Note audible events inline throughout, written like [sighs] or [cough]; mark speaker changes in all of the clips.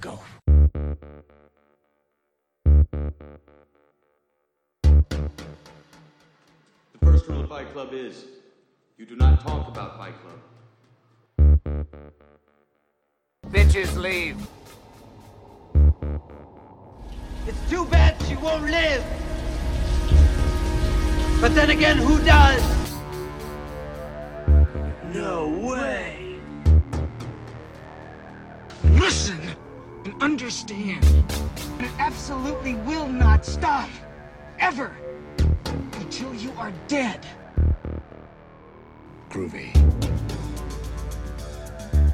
Speaker 1: go.
Speaker 2: The first rule of Fight Club is you do not talk about Fight Club.
Speaker 3: Bitches leave.
Speaker 4: It's too bad she won't live. But then again, who does?
Speaker 1: No way! Listen and understand. It absolutely will not stop. Ever. Until you are dead. Groovy.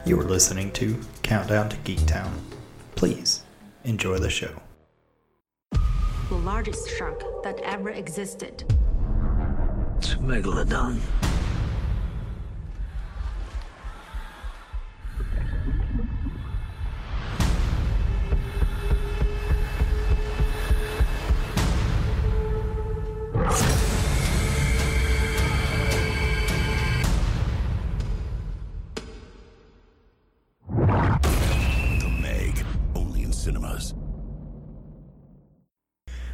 Speaker 5: You are listening to Countdown to Geek Town. Please enjoy the show.
Speaker 6: the largest shark that ever existed.
Speaker 1: It's Megalodon.
Speaker 7: The Meg, only in cinemas.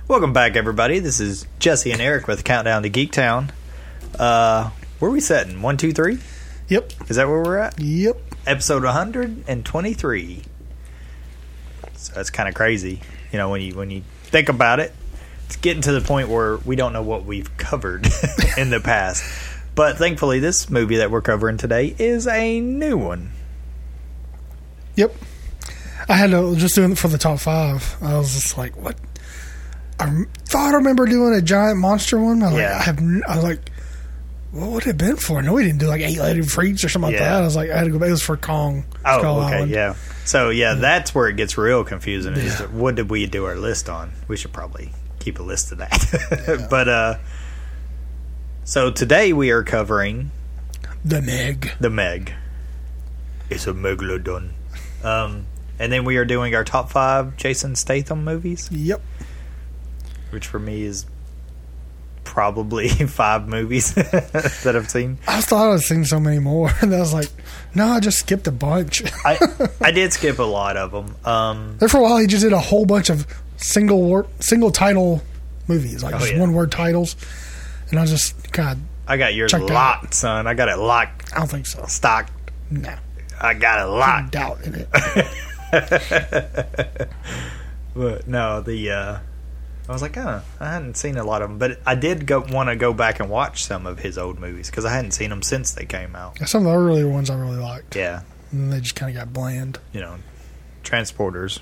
Speaker 5: Welcome back, everybody. This is Jesse and Eric with Countdown to Geek Town. Uh, where are we setting? One, two, three?
Speaker 8: Yep.
Speaker 5: Is that where we're at?
Speaker 8: Yep.
Speaker 5: Episode 123. So that's kind of crazy, you know, when you when you think about it. It's getting to the point where we don't know what we've covered [laughs] in the past. But thankfully, this movie that we're covering today is a new one.
Speaker 8: Yep. I had to just doing it for the top five. I was just like, what? I rem- thought I remember doing a giant monster one. but I, like,
Speaker 5: Yeah.
Speaker 8: I have. n- I was like, what would it have been for? No, we didn't do like eight legged freaks or something like
Speaker 5: Yeah.
Speaker 8: that. I was like, I had to go. back. It was for Kong.
Speaker 5: Oh,
Speaker 8: Skull
Speaker 5: okay,
Speaker 8: Island.
Speaker 5: yeah. So yeah, that's where it gets real confusing. Is what did we do our list on? We should probably keep a list of that. [laughs] but uh, so today we are covering
Speaker 8: The Meg.
Speaker 5: the Meg. It's a megalodon. Um, and then we are doing our top five Jason Statham movies,
Speaker 8: Yep.
Speaker 5: which for me is probably [laughs] five movies [laughs] that I've seen.
Speaker 8: I thought I'd seen so many more, [laughs] and I was like, no, I just skipped a bunch. [laughs]
Speaker 5: I I did skip a lot of them. Um,
Speaker 8: there for a while, he just did a whole bunch of single word, single title movies, like
Speaker 5: Oh,
Speaker 8: just
Speaker 5: yeah.
Speaker 8: one word titles, and I just God,
Speaker 5: I got yours
Speaker 8: Check that
Speaker 5: locked, son. I got it locked,
Speaker 8: I don't think so.
Speaker 5: stocked.
Speaker 8: No,
Speaker 5: I got it locked.
Speaker 8: doubt in it.
Speaker 5: [laughs] But no, the uh, I was like, huh, I hadn't seen a lot of them, but I did go want to go back and watch some of his old movies because I hadn't seen them since they came out.
Speaker 8: [laughs] Some of the earlier ones I really liked,
Speaker 5: Yeah,
Speaker 8: and they just kind of got bland.
Speaker 5: you know, Transporters,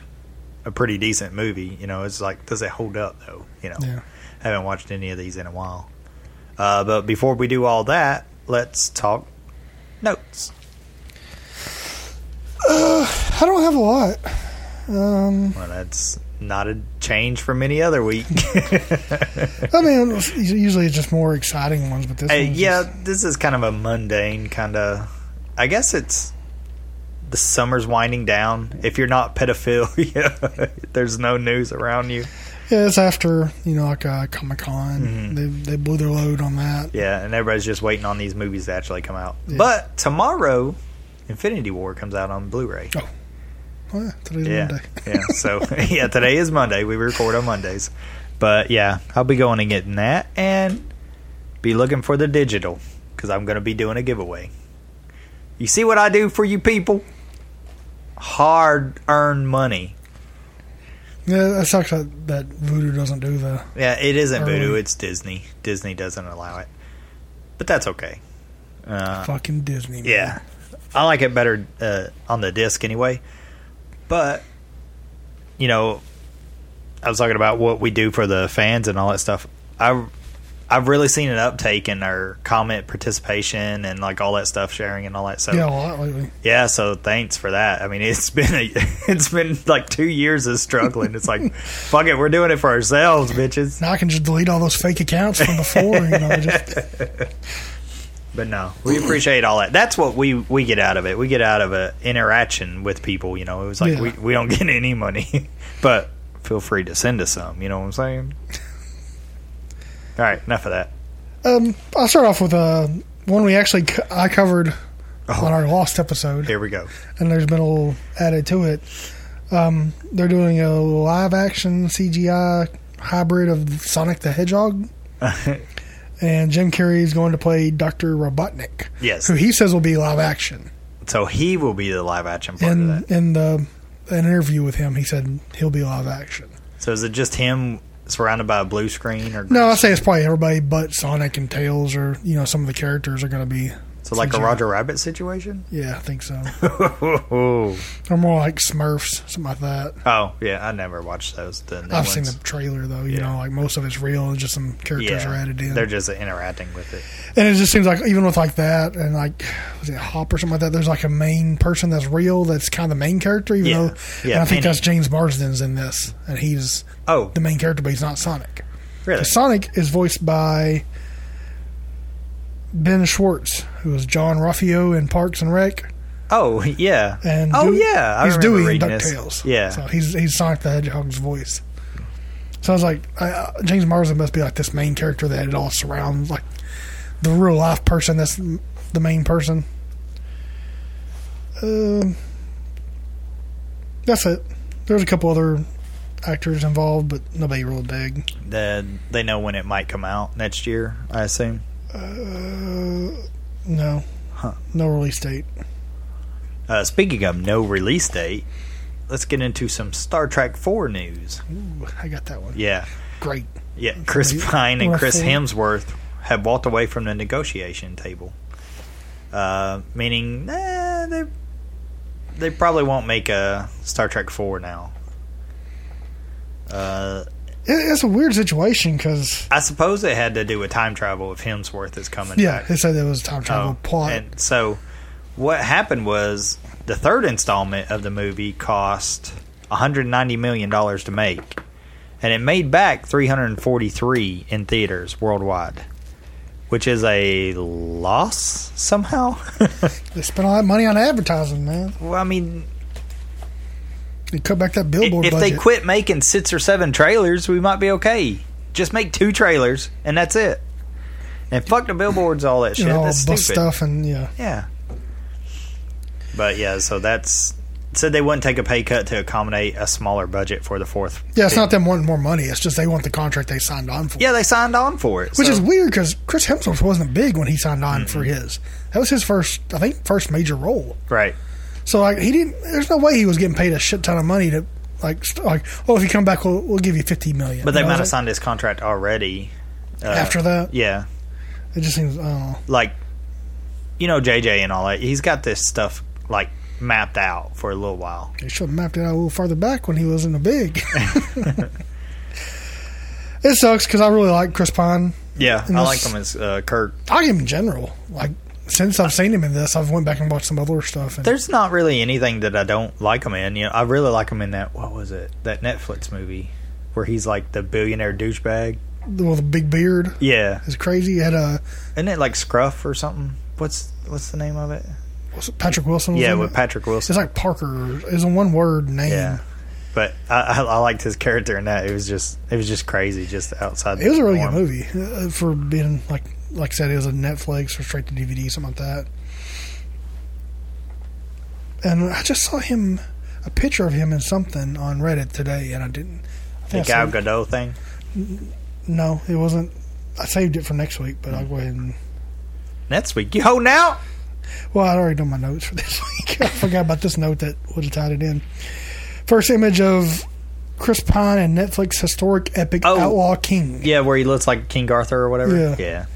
Speaker 5: a pretty decent movie. You know, it's like, does it hold up though? You know,
Speaker 8: Yeah.
Speaker 5: I haven't watched any of these in a while. Uh, but before we do all that, let's talk notes.
Speaker 8: I don't have a lot.
Speaker 5: Well, that's not a change from any other week. [laughs]
Speaker 8: I mean, [laughs] it's- usually it's just more exciting ones, but this
Speaker 5: Hey,
Speaker 8: one's
Speaker 5: Uh, yeah,
Speaker 8: just-
Speaker 5: this is kind of a mundane kind of. I guess it's the summer's winding down. If you're not [laughs] pedophilia, there's no news around you.
Speaker 8: yeah, it's after you know like uh, Comic Con.
Speaker 5: Mm-hmm.
Speaker 8: They they blew their load on that.
Speaker 5: Yeah, and everybody's just waiting on these movies to actually come out. But tomorrow, Infinity War comes out on Blu-ray.
Speaker 8: Oh, yeah, today's
Speaker 5: yeah,
Speaker 8: Monday.
Speaker 5: yeah. So [laughs] yeah, today is Monday. We record on Mondays, but yeah, I'll be going and getting that, and be looking for the digital because I'm going to be doing a giveaway. You see what I do for you people? Hard earned money.
Speaker 8: [laughs] Yeah, that sucks that, that Voodoo doesn't do the.
Speaker 5: Yeah, it isn't
Speaker 8: Early.
Speaker 5: Voodoo. It's Disney. Disney doesn't allow it, but that's okay.
Speaker 8: fucking Disney. man.
Speaker 5: Uh-huh. Yeah, I like it better uh, on the disc anyway. But you know, I was talking about what we do for the fans and all that stuff. I I've really seen an uptake in our comment participation and like all that stuff sharing and all that. So
Speaker 8: yeah, a lot lately.
Speaker 5: yeah, so thanks for that. I mean, it's [laughs] been a, it's been like two years of struggling. It's like fuck it, we're doing it for ourselves, bitches.
Speaker 8: Now I can just delete all those fake accounts from before. you know,
Speaker 5: [laughs]
Speaker 8: just,
Speaker 5: But no, we appreciate all that. That's what we we get out of it. We get out of a interaction with people. You know, it was like
Speaker 8: Yeah.
Speaker 5: we we don't get any money, [laughs] but feel free to send us some. You know what I'm
Speaker 8: [laughs]
Speaker 5: saying? all right, enough of that.
Speaker 8: I'll start off with uh, one we actually co- I
Speaker 5: Oh.
Speaker 8: covered on our lost episode.
Speaker 5: Here we go.
Speaker 8: and there's been a little added to it. Um, they're doing a live action CGI hybrid of Sonic
Speaker 5: [laughs]
Speaker 8: the Hedgehog. and Jim Carrey is going to play Dr. Robotnik.
Speaker 5: Yes.
Speaker 8: Who he says will be live action.
Speaker 5: So he will be the live action part of
Speaker 8: In
Speaker 5: that.
Speaker 8: in the an interview with him, he said he'll be live action.
Speaker 5: So is it just him surrounded by a blue screen or
Speaker 8: No, I say it's probably everybody but Sonic and Tails, or you know, some of the characters are going to be.
Speaker 5: So like a
Speaker 8: CGI.
Speaker 5: Roger Rabbit situation?
Speaker 8: Yeah, I
Speaker 5: [laughs]
Speaker 8: think so.
Speaker 5: oh
Speaker 8: or more like Smurfs, something like that.
Speaker 5: yeah, I never watched those. The new
Speaker 8: I've
Speaker 5: ones.
Speaker 8: seen the trailer though. You
Speaker 5: Yeah.
Speaker 8: know, like most of it's real, and just some characters
Speaker 5: yeah,
Speaker 8: are added in.
Speaker 5: They're just interacting with it.
Speaker 8: and it just seems like even with like that and like was it Hop or something like that, there's like a main person that's real that's kind of the main character, even
Speaker 5: Yeah.
Speaker 8: though
Speaker 5: Yeah,
Speaker 8: and I think
Speaker 5: Penny.
Speaker 8: that's James Marsden's in this, and he's
Speaker 5: Oh,
Speaker 8: the main character, but he's not Sonic.
Speaker 5: really?
Speaker 8: Sonic is voiced by Ben Schwartz, who was John Ruffio in Parks and Rec,
Speaker 5: Oh yeah.
Speaker 8: and
Speaker 5: oh
Speaker 8: Dewey-
Speaker 5: yeah, I
Speaker 8: he's
Speaker 5: remember
Speaker 8: Dewey in
Speaker 5: reading this.
Speaker 8: Ducktales.
Speaker 5: Yeah.
Speaker 8: so he's he's Sonic the Hedgehog's voice. So I was like, I, uh, James Marsden must be like this main character that it all surrounds, like the real life person that's m- the main person. Um, that's it. There's a couple other actors involved, but nobody real big.
Speaker 5: The, they know when it might come out next year. I assume.
Speaker 8: No, no release date.
Speaker 5: Uh, speaking of no release date, let's get into some Star Trek Four news.
Speaker 8: I got that one.
Speaker 5: Yeah,
Speaker 8: Great.
Speaker 5: yeah. Chris Pine and
Speaker 8: Well,
Speaker 5: Chris
Speaker 8: four.
Speaker 5: Hemsworth have walked away from the negotiation table, uh, meaning eh, they they probably won't make a Star Trek Four now.
Speaker 8: It, it's a weird situation because
Speaker 5: I suppose it had to do with time travel if Hemsworth is coming.
Speaker 8: yeah,
Speaker 5: back.
Speaker 8: they said it was a time travel
Speaker 5: Oh,
Speaker 8: plot.
Speaker 5: And so, what happened was the third installment of the movie cost 190 million dollars to make, and it made back 343 in theaters worldwide, which is a loss somehow. [laughs]
Speaker 8: they spent all that money on advertising, man.
Speaker 5: well, I mean,
Speaker 8: They cut back that
Speaker 5: i-
Speaker 8: billboard
Speaker 5: if
Speaker 8: budget.
Speaker 5: they quit making six or seven trailers, we might be okay. Just make two trailers, and that's it. And fuck the billboards, all that shit.
Speaker 8: and all
Speaker 5: that's
Speaker 8: bus
Speaker 5: stupid.
Speaker 8: stuff and yeah,
Speaker 5: Yeah. But yeah, so that's said they wouldn't take a pay cut to accommodate a smaller budget for the fourth.
Speaker 8: yeah. It's not them wanting more money. It's just they want the contract they signed on for.
Speaker 5: Yeah, they signed on for it.
Speaker 8: Which
Speaker 5: so-
Speaker 8: is weird because Chris Hemsworth wasn't big when he signed on for his. That was his first, I think, first major role.
Speaker 5: right.
Speaker 8: So like he didn't. There's no way he was getting paid a shit ton of money to like st- like oh if you come back we'll, we'll give you fifty million.
Speaker 5: But they
Speaker 8: You know,
Speaker 5: might have
Speaker 8: it's like,
Speaker 5: signed his contract already.
Speaker 8: after that.
Speaker 5: Yeah,
Speaker 8: It just seems oh, I don't know.
Speaker 5: like you know JJ and all that. He's got this stuff like mapped out for a little while.
Speaker 8: They should have mapped it out a little farther back when he was in
Speaker 5: [laughs]
Speaker 8: the big. [laughs] it sucks because I really like Chris Pine.
Speaker 5: Yeah,
Speaker 8: And
Speaker 5: I like
Speaker 8: this-
Speaker 5: him as uh, Kirk.
Speaker 8: I like him in general. Like since I've seen him in this, I've went back and watched some other stuff. And
Speaker 5: There's not really anything that I don't like him in. You know, I really like him in that what was it? That Netflix movie where he's like the billionaire douchebag.
Speaker 8: well, the big beard
Speaker 5: Yeah,
Speaker 8: is crazy. He had uh, a
Speaker 5: Isn't it like Scruff or something? What's what's the name of it?
Speaker 8: what's it, Patrick Wilson. Was
Speaker 5: yeah,
Speaker 8: in
Speaker 5: with
Speaker 8: it?
Speaker 5: Patrick Wilson.
Speaker 8: It's like Parker. It's a one word name.
Speaker 5: yeah, but I, I, I liked his character in that. It was just it was just crazy, just outside.
Speaker 8: It was a really good
Speaker 5: norm.
Speaker 8: movie uh, for being like like I said, it was a Netflix or straight to DVD, something like that. And I just saw him a picture of him in something on Reddit today, and I didn't. I
Speaker 5: The
Speaker 8: think I
Speaker 5: Gal
Speaker 8: saved-
Speaker 5: Gadot thing.
Speaker 8: no, it wasn't. I saved it for next week, but I'll go ahead and.
Speaker 5: Next week, you holding out?
Speaker 8: Well, I'd already done my notes for this [laughs] week. I forgot about this note that would have tied it in. First image of Chris Pine and Netflix historic epic
Speaker 5: Oh.
Speaker 8: Outlaw King.
Speaker 5: Yeah, where he looks like King Arthur or whatever.
Speaker 8: Yeah.
Speaker 5: yeah.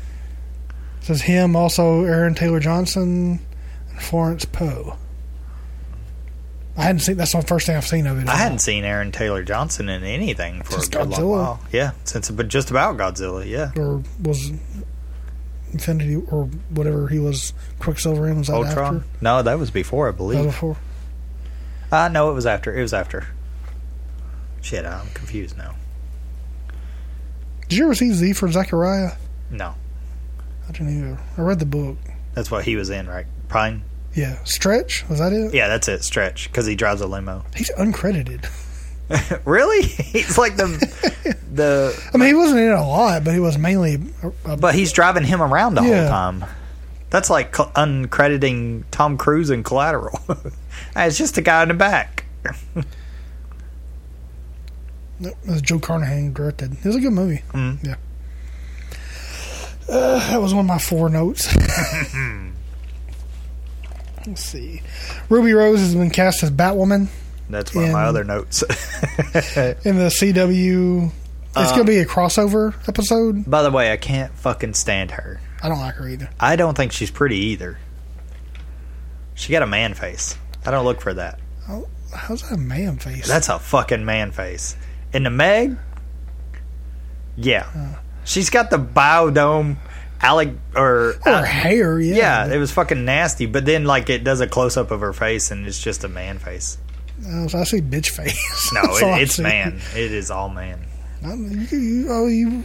Speaker 8: Says him, also Aaron Taylor Johnson and Florence Poe. I hadn't seen. That's the first thing I've seen of it.
Speaker 5: I hadn't seen Aaron Taylor Johnson in anything for
Speaker 8: Since
Speaker 5: a good long
Speaker 8: Godzilla.
Speaker 5: while. Yeah, since but just about Godzilla. Yeah,
Speaker 8: Or was Infinity or whatever he was Quicksilver in was that
Speaker 5: Ultron.
Speaker 8: after? Oh.
Speaker 5: No, that was before I
Speaker 8: That was
Speaker 5: believe.
Speaker 8: before.
Speaker 5: Uh, no, it was after. It was after. Shit, I'm confused now.
Speaker 8: Did you ever see Z for Zachariah?
Speaker 5: No,
Speaker 8: I didn't either. I read the book.
Speaker 5: that's what he was in, right? Pine.
Speaker 8: Yeah, Stretch was that it?
Speaker 5: Yeah, that's it. Stretch because he drives a limo.
Speaker 8: He's uncredited.
Speaker 5: Really? [laughs] He's like the the,
Speaker 8: I mean, he wasn't in it a lot, but he was mainly. A, a,
Speaker 5: but he's driving him around the whole
Speaker 8: Yeah.
Speaker 5: time. That's like cl- [laughs] uncrediting Tom Cruise in Collateral. it's just a guy in the back.
Speaker 8: It was Joe Carnahan directed. It was a good movie.
Speaker 5: Mm-hmm.
Speaker 8: Yeah. Uh, that was one of my four notes. [laughs] Let's see. Ruby Rose has been cast as Batwoman
Speaker 5: That's one of my
Speaker 8: In-
Speaker 5: other notes. [laughs]
Speaker 8: in the CW. It's
Speaker 5: Uh-huh.
Speaker 8: going to be a crossover episode.
Speaker 5: By the way, I can't fucking stand her.
Speaker 8: I don't like her either.
Speaker 5: I don't think she's pretty either. She got a man face. I don't look for that.
Speaker 8: How- How's that a man face?
Speaker 5: That's a fucking man face. And the Meg, yeah, she's got the biodome, Alec or uh,
Speaker 8: her hair. Yeah.
Speaker 5: Oh, yeah, it was fucking nasty. But then like it does a close up of her face, and it's just a man face.
Speaker 8: Uh, so I see bitch face.
Speaker 5: No,
Speaker 8: [laughs] That's all I
Speaker 5: it, it's
Speaker 8: see.
Speaker 5: man. It is all man.
Speaker 8: I'm- You, you- oh, you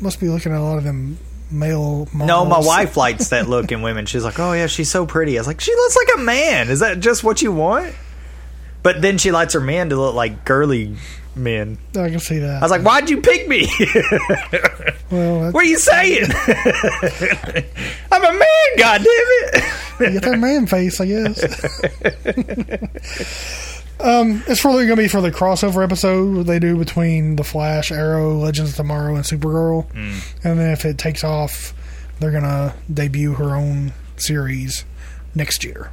Speaker 8: must be looking at a lot of them male.
Speaker 5: [laughs] No, my
Speaker 8: models.
Speaker 5: wife likes that look in women. She's like, "Oh yeah, she's so pretty." I was like, "She looks like a man. Is that just what you want?" But then she likes her men to look like girly men.
Speaker 8: I can see
Speaker 5: I
Speaker 8: that.
Speaker 5: was like, "Why'd you pick me? [laughs]
Speaker 8: well, that's,
Speaker 5: what are you saying? [laughs] I'm a man, goddamn it!"
Speaker 8: you got that man face, I
Speaker 5: [laughs]
Speaker 8: guess. [laughs] um, it's probably going to be for the crossover episode they do between the Flash, Arrow, Legends of Tomorrow, and Supergirl.
Speaker 5: Hmm.
Speaker 8: And then if it takes off, they're going to debut her own series
Speaker 5: [laughs]
Speaker 8: next year.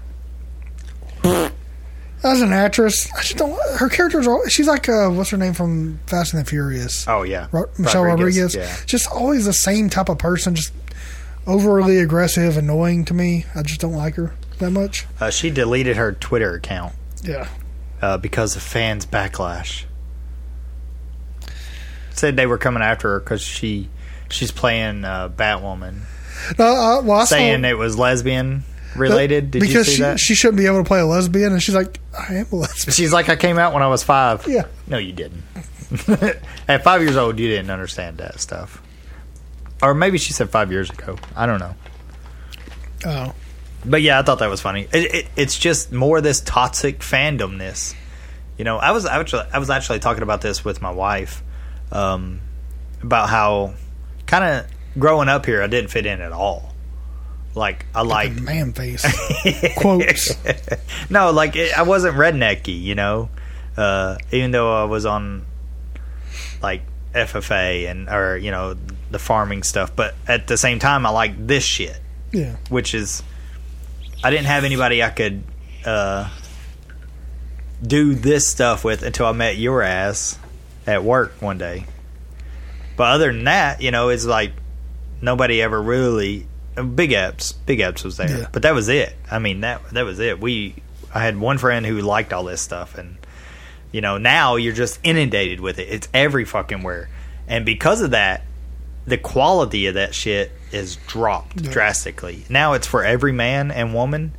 Speaker 8: As an actress, I just don't. Her characters are. She's like uh, what's her name from Fast and the Furious.
Speaker 5: Oh yeah,
Speaker 8: Ro- Michelle Rodriguez. Just always the same type of person, just overly aggressive, annoying to me. I just don't like her that much.
Speaker 5: Yeah, uh, she deleted her Twitter account
Speaker 8: Yeah.
Speaker 5: uh, because of fans' backlash. Said they were coming after her because she she's playing uh, Batwoman.
Speaker 8: No, uh, well, I saw-
Speaker 5: saying it was lesbian related. Did you
Speaker 8: because
Speaker 5: see
Speaker 8: she,
Speaker 5: that?
Speaker 8: she shouldn't be able to play a lesbian, and she's like, I am a lesbian.
Speaker 5: She's like, I came out when I was five.
Speaker 8: Yeah.
Speaker 5: No, you didn't. [laughs] At five years old, you didn't understand that stuff. Or maybe she said five years ago. I don't know.
Speaker 8: Oh.
Speaker 5: But yeah, I thought that was funny. It, it, it's just more this toxic fandomness. You know, I was I was, I was actually talking about this with my wife um, about how kind of growing up here, I didn't fit in at all. Like I
Speaker 8: [laughs]
Speaker 5: like
Speaker 8: Man
Speaker 5: [laughs]
Speaker 8: face. Quotes.
Speaker 5: no, like it, I wasn't rednecky, you know. Uh, even though I was on like FFA and or you know the farming stuff, but at the same time, I like this shit,
Speaker 8: Yeah.
Speaker 5: which is I didn't have anybody I could uh, do this stuff with until I met your ass at work one day. But other than that, you know, it's like nobody ever really Big Eps, Big Eps was there,
Speaker 8: Yeah.
Speaker 5: but that was it. I mean that that was it. We I had one friend who liked all this stuff, and you know now you're just inundated with it. It's every fucking where, and because of that, the quality of that shit is dropped drastically. Now it's for every man and woman,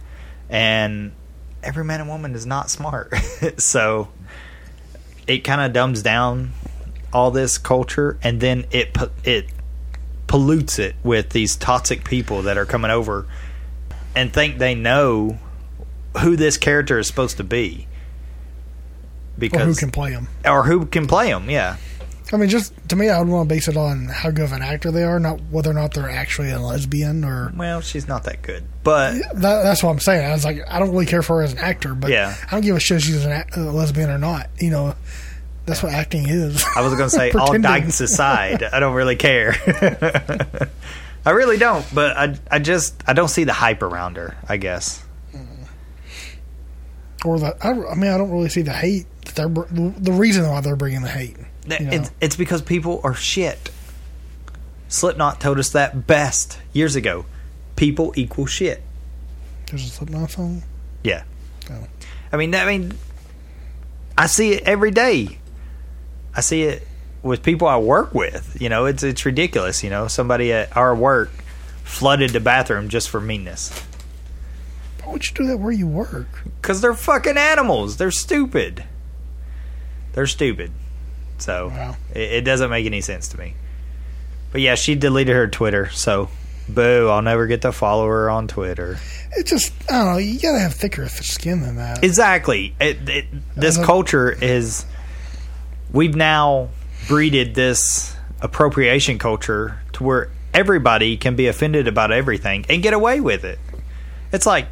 Speaker 5: and every man and woman is not smart, [laughs] so it kind of dumbs down all this culture, and then it pu- it pollutes it with these toxic people that are coming over and think they know who this character is supposed to be
Speaker 8: Or
Speaker 5: because
Speaker 8: who can play them.
Speaker 5: or who can play them yeah
Speaker 8: I mean, just to me, I would want to base it on how good of an actor they are, not whether or not they're actually a lesbian or.
Speaker 5: well she's not that good but
Speaker 8: That, that's what I'm saying. I was like, I don't really care for her as an actor, but
Speaker 5: Yeah.
Speaker 8: I don't give a shit if she's an a- a lesbian or not. You know, that's what acting is.
Speaker 5: i was gonna say all
Speaker 8: Pretending.
Speaker 5: dykes aside i don't really care [laughs] i really don't but I, I just i don't see the hype around her i guess
Speaker 8: [laughs] or the I, I mean I don't really see the hate that they're br- the the reason why they're bringing the hate.
Speaker 5: That-
Speaker 8: you know?
Speaker 5: It's, it's because people are shit. Slipknot told us that best years ago. People equal shit.
Speaker 8: There's a Slipknot song.
Speaker 5: Yeah.
Speaker 8: Oh.
Speaker 5: I mean, I mean, I see it every day. I see it with people I work with. You know, it's it's ridiculous. You know, somebody at our work flooded the bathroom just for meanness
Speaker 8: Why would you do that where you work?
Speaker 5: because they're fucking animals. They're stupid. They're stupid. So
Speaker 8: Wow.
Speaker 5: it, it doesn't make any sense to me. But yeah, she deleted her Twitter. So boo, I'll never get to follow her on Twitter.
Speaker 8: It just I don't know. You gotta have thicker th- skin than that.
Speaker 5: Exactly. It, it, this
Speaker 8: Uh,
Speaker 5: culture is. We've now breeded this appropriation culture to where everybody can be offended about everything and get away with it. It's like.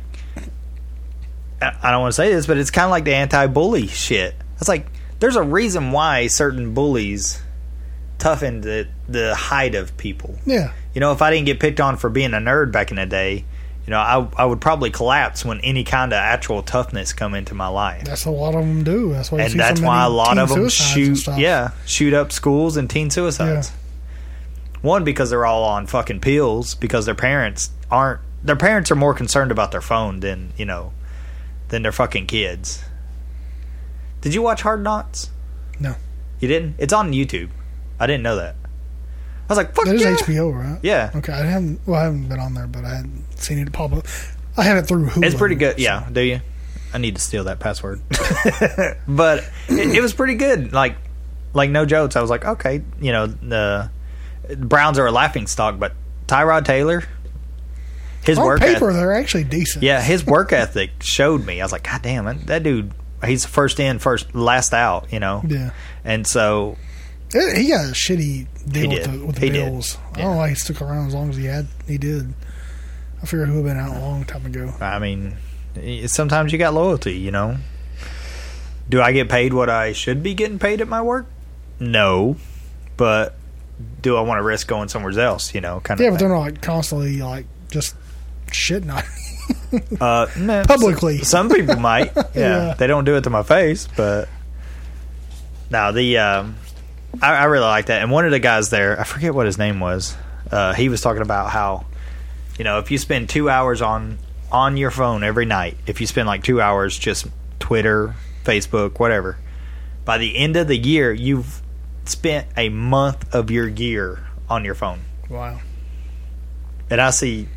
Speaker 5: I I don't want to say this, but it's kind of like the anti bully shit. It's like there's a reason why certain bullies toughen the the hide of people.
Speaker 8: Yeah.
Speaker 5: You know, if I didn't get picked on for being a nerd back in the day, you know, I I would probably collapse when any kind of actual toughness come into my life.
Speaker 8: That's what a lot of them do. That's why. you
Speaker 5: and
Speaker 8: see
Speaker 5: that's
Speaker 8: so
Speaker 5: why a
Speaker 8: many
Speaker 5: lot
Speaker 8: teen
Speaker 5: of them
Speaker 8: suicides and
Speaker 5: shoot
Speaker 8: stuff.
Speaker 5: yeah, shoot up schools and teen suicides. One because they're all on fucking pills because their parents aren't their parents are more concerned about their phone than, you know, than their fucking kids. Did you watch Hard Knocks?
Speaker 8: No,
Speaker 5: You didn't? It's on YouTube. I didn't know that. I was like, fuck
Speaker 8: that is
Speaker 5: yeah.
Speaker 8: HBO, right?
Speaker 5: Yeah.
Speaker 8: Okay, I haven't. Well, I haven't been on there, but I hadn't seen it pop up. I had it through Hulu.
Speaker 5: It's pretty good. Yeah, do you? I need to steal that
Speaker 8: [laughs]
Speaker 5: password. [laughs] but it, it was pretty good. Like, like no jokes. I was like, okay, you know, the Browns are a laughing stock, but Tyrod Taylor, his
Speaker 8: On
Speaker 5: work
Speaker 8: paper,
Speaker 5: eth-
Speaker 8: they're actually decent.
Speaker 5: yeah, his
Speaker 8: [laughs]
Speaker 5: work ethic showed me. I was like, god damn, that, that dude, he's first in, first last out. You know.
Speaker 8: Yeah.
Speaker 5: And so
Speaker 8: It- he got a shitty deal with
Speaker 5: did.
Speaker 8: the, with the
Speaker 5: He did.
Speaker 8: Bills. I
Speaker 5: Yeah.
Speaker 8: don't know why he stuck around as long as he had. He did. I figure who had been out a long time ago.
Speaker 5: I mean, i- sometimes you got loyalty, you know. Do I get paid what I should be getting paid at my work? No, but do I want to risk going somewhere else? You know, kind of.
Speaker 8: Yeah, but they're not like constantly like just shitting on.
Speaker 5: [laughs] uh, nah, [laughs]
Speaker 8: Publicly.
Speaker 5: Some, some people
Speaker 8: [laughs]
Speaker 5: might. Yeah,
Speaker 8: Yeah.
Speaker 5: they don't do it to my face, but now the um, I, I really like that. And one of the guys there, I forget what his name was. Uh, he was talking about how you know if you spend two hours on on your phone every night, if you spend like two hours just Twitter, Facebook, whatever, by the end of the year, you've spent a month of your year on your phone
Speaker 8: Wow.
Speaker 5: and I see,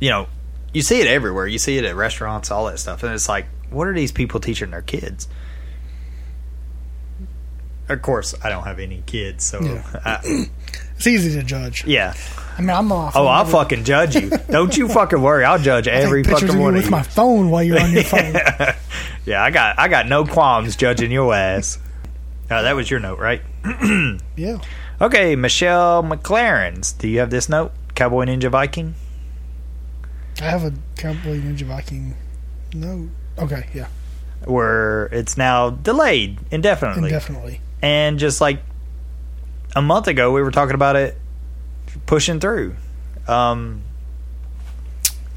Speaker 5: you know, you see it everywhere. You see it at restaurants, all that stuff, and it's like, what are these people teaching their kids? Of course, I don't have any kids, so
Speaker 8: Yeah.
Speaker 5: I,
Speaker 8: It's easy to judge.
Speaker 5: yeah.
Speaker 8: I mean, I'm off.
Speaker 5: Oh, I'll fucking judge you. Don't you fucking worry. I'll judge every
Speaker 8: take pictures
Speaker 5: fucking
Speaker 8: of you
Speaker 5: one of
Speaker 8: with
Speaker 5: you.
Speaker 8: my phone while you're
Speaker 5: [laughs]
Speaker 8: on your phone.
Speaker 5: yeah, I got I got no qualms judging your ass. Oh, that was your note, right?
Speaker 8: Yeah.
Speaker 5: Okay, Michelle McLaren's. Do you have this note? Cowboy Ninja Viking.
Speaker 8: I have a Cowboy Ninja Viking. No. Okay. Yeah.
Speaker 5: Where it's now delayed indefinitely.
Speaker 8: Indefinitely.
Speaker 5: and just like a month ago we were talking about it pushing through um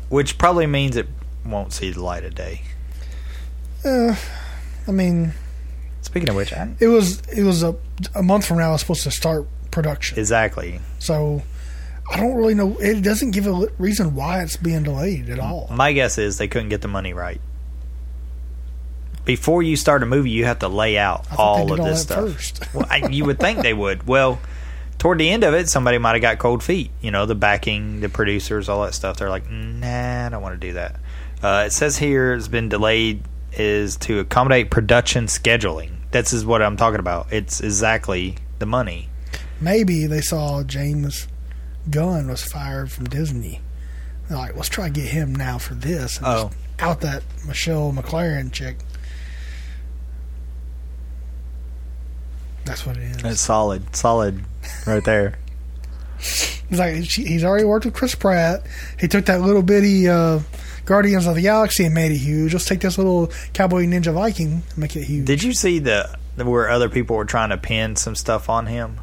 Speaker 5: which probably means it won't see the light of day
Speaker 8: I mean,
Speaker 5: speaking of which I,
Speaker 8: it was it was a a month from now. It's supposed to start production.
Speaker 5: exactly
Speaker 8: so I don't really know. It doesn't give a li- reason why it's being delayed at all.
Speaker 5: my guess is they couldn't get the money right before you start a movie you have to lay out
Speaker 8: I thought they
Speaker 5: all
Speaker 8: did
Speaker 5: of
Speaker 8: all
Speaker 5: this
Speaker 8: that
Speaker 5: stuff
Speaker 8: first.
Speaker 5: well, I, you would think they would well toward the end of it somebody might have got cold feet you know the backing the producers all that stuff they're like nah i don't want to do that uh, it says here it's been delayed is to accommodate production scheduling this is what i'm talking about it's exactly the money
Speaker 8: Maybe they saw James Gunn was fired from Disney. They're like, let's try to get him now for this. And
Speaker 5: Oh.
Speaker 8: just out that Michelle McLaren chick. That's what it is.
Speaker 5: it's solid solid right there
Speaker 8: He's like she, he's already worked with Chris Pratt. He took that little bitty uh, Guardians of the Galaxy and made it huge. Let's take this little Cowboy Ninja Viking and make it huge.
Speaker 5: Did you see the where other people were trying to pin some stuff on him?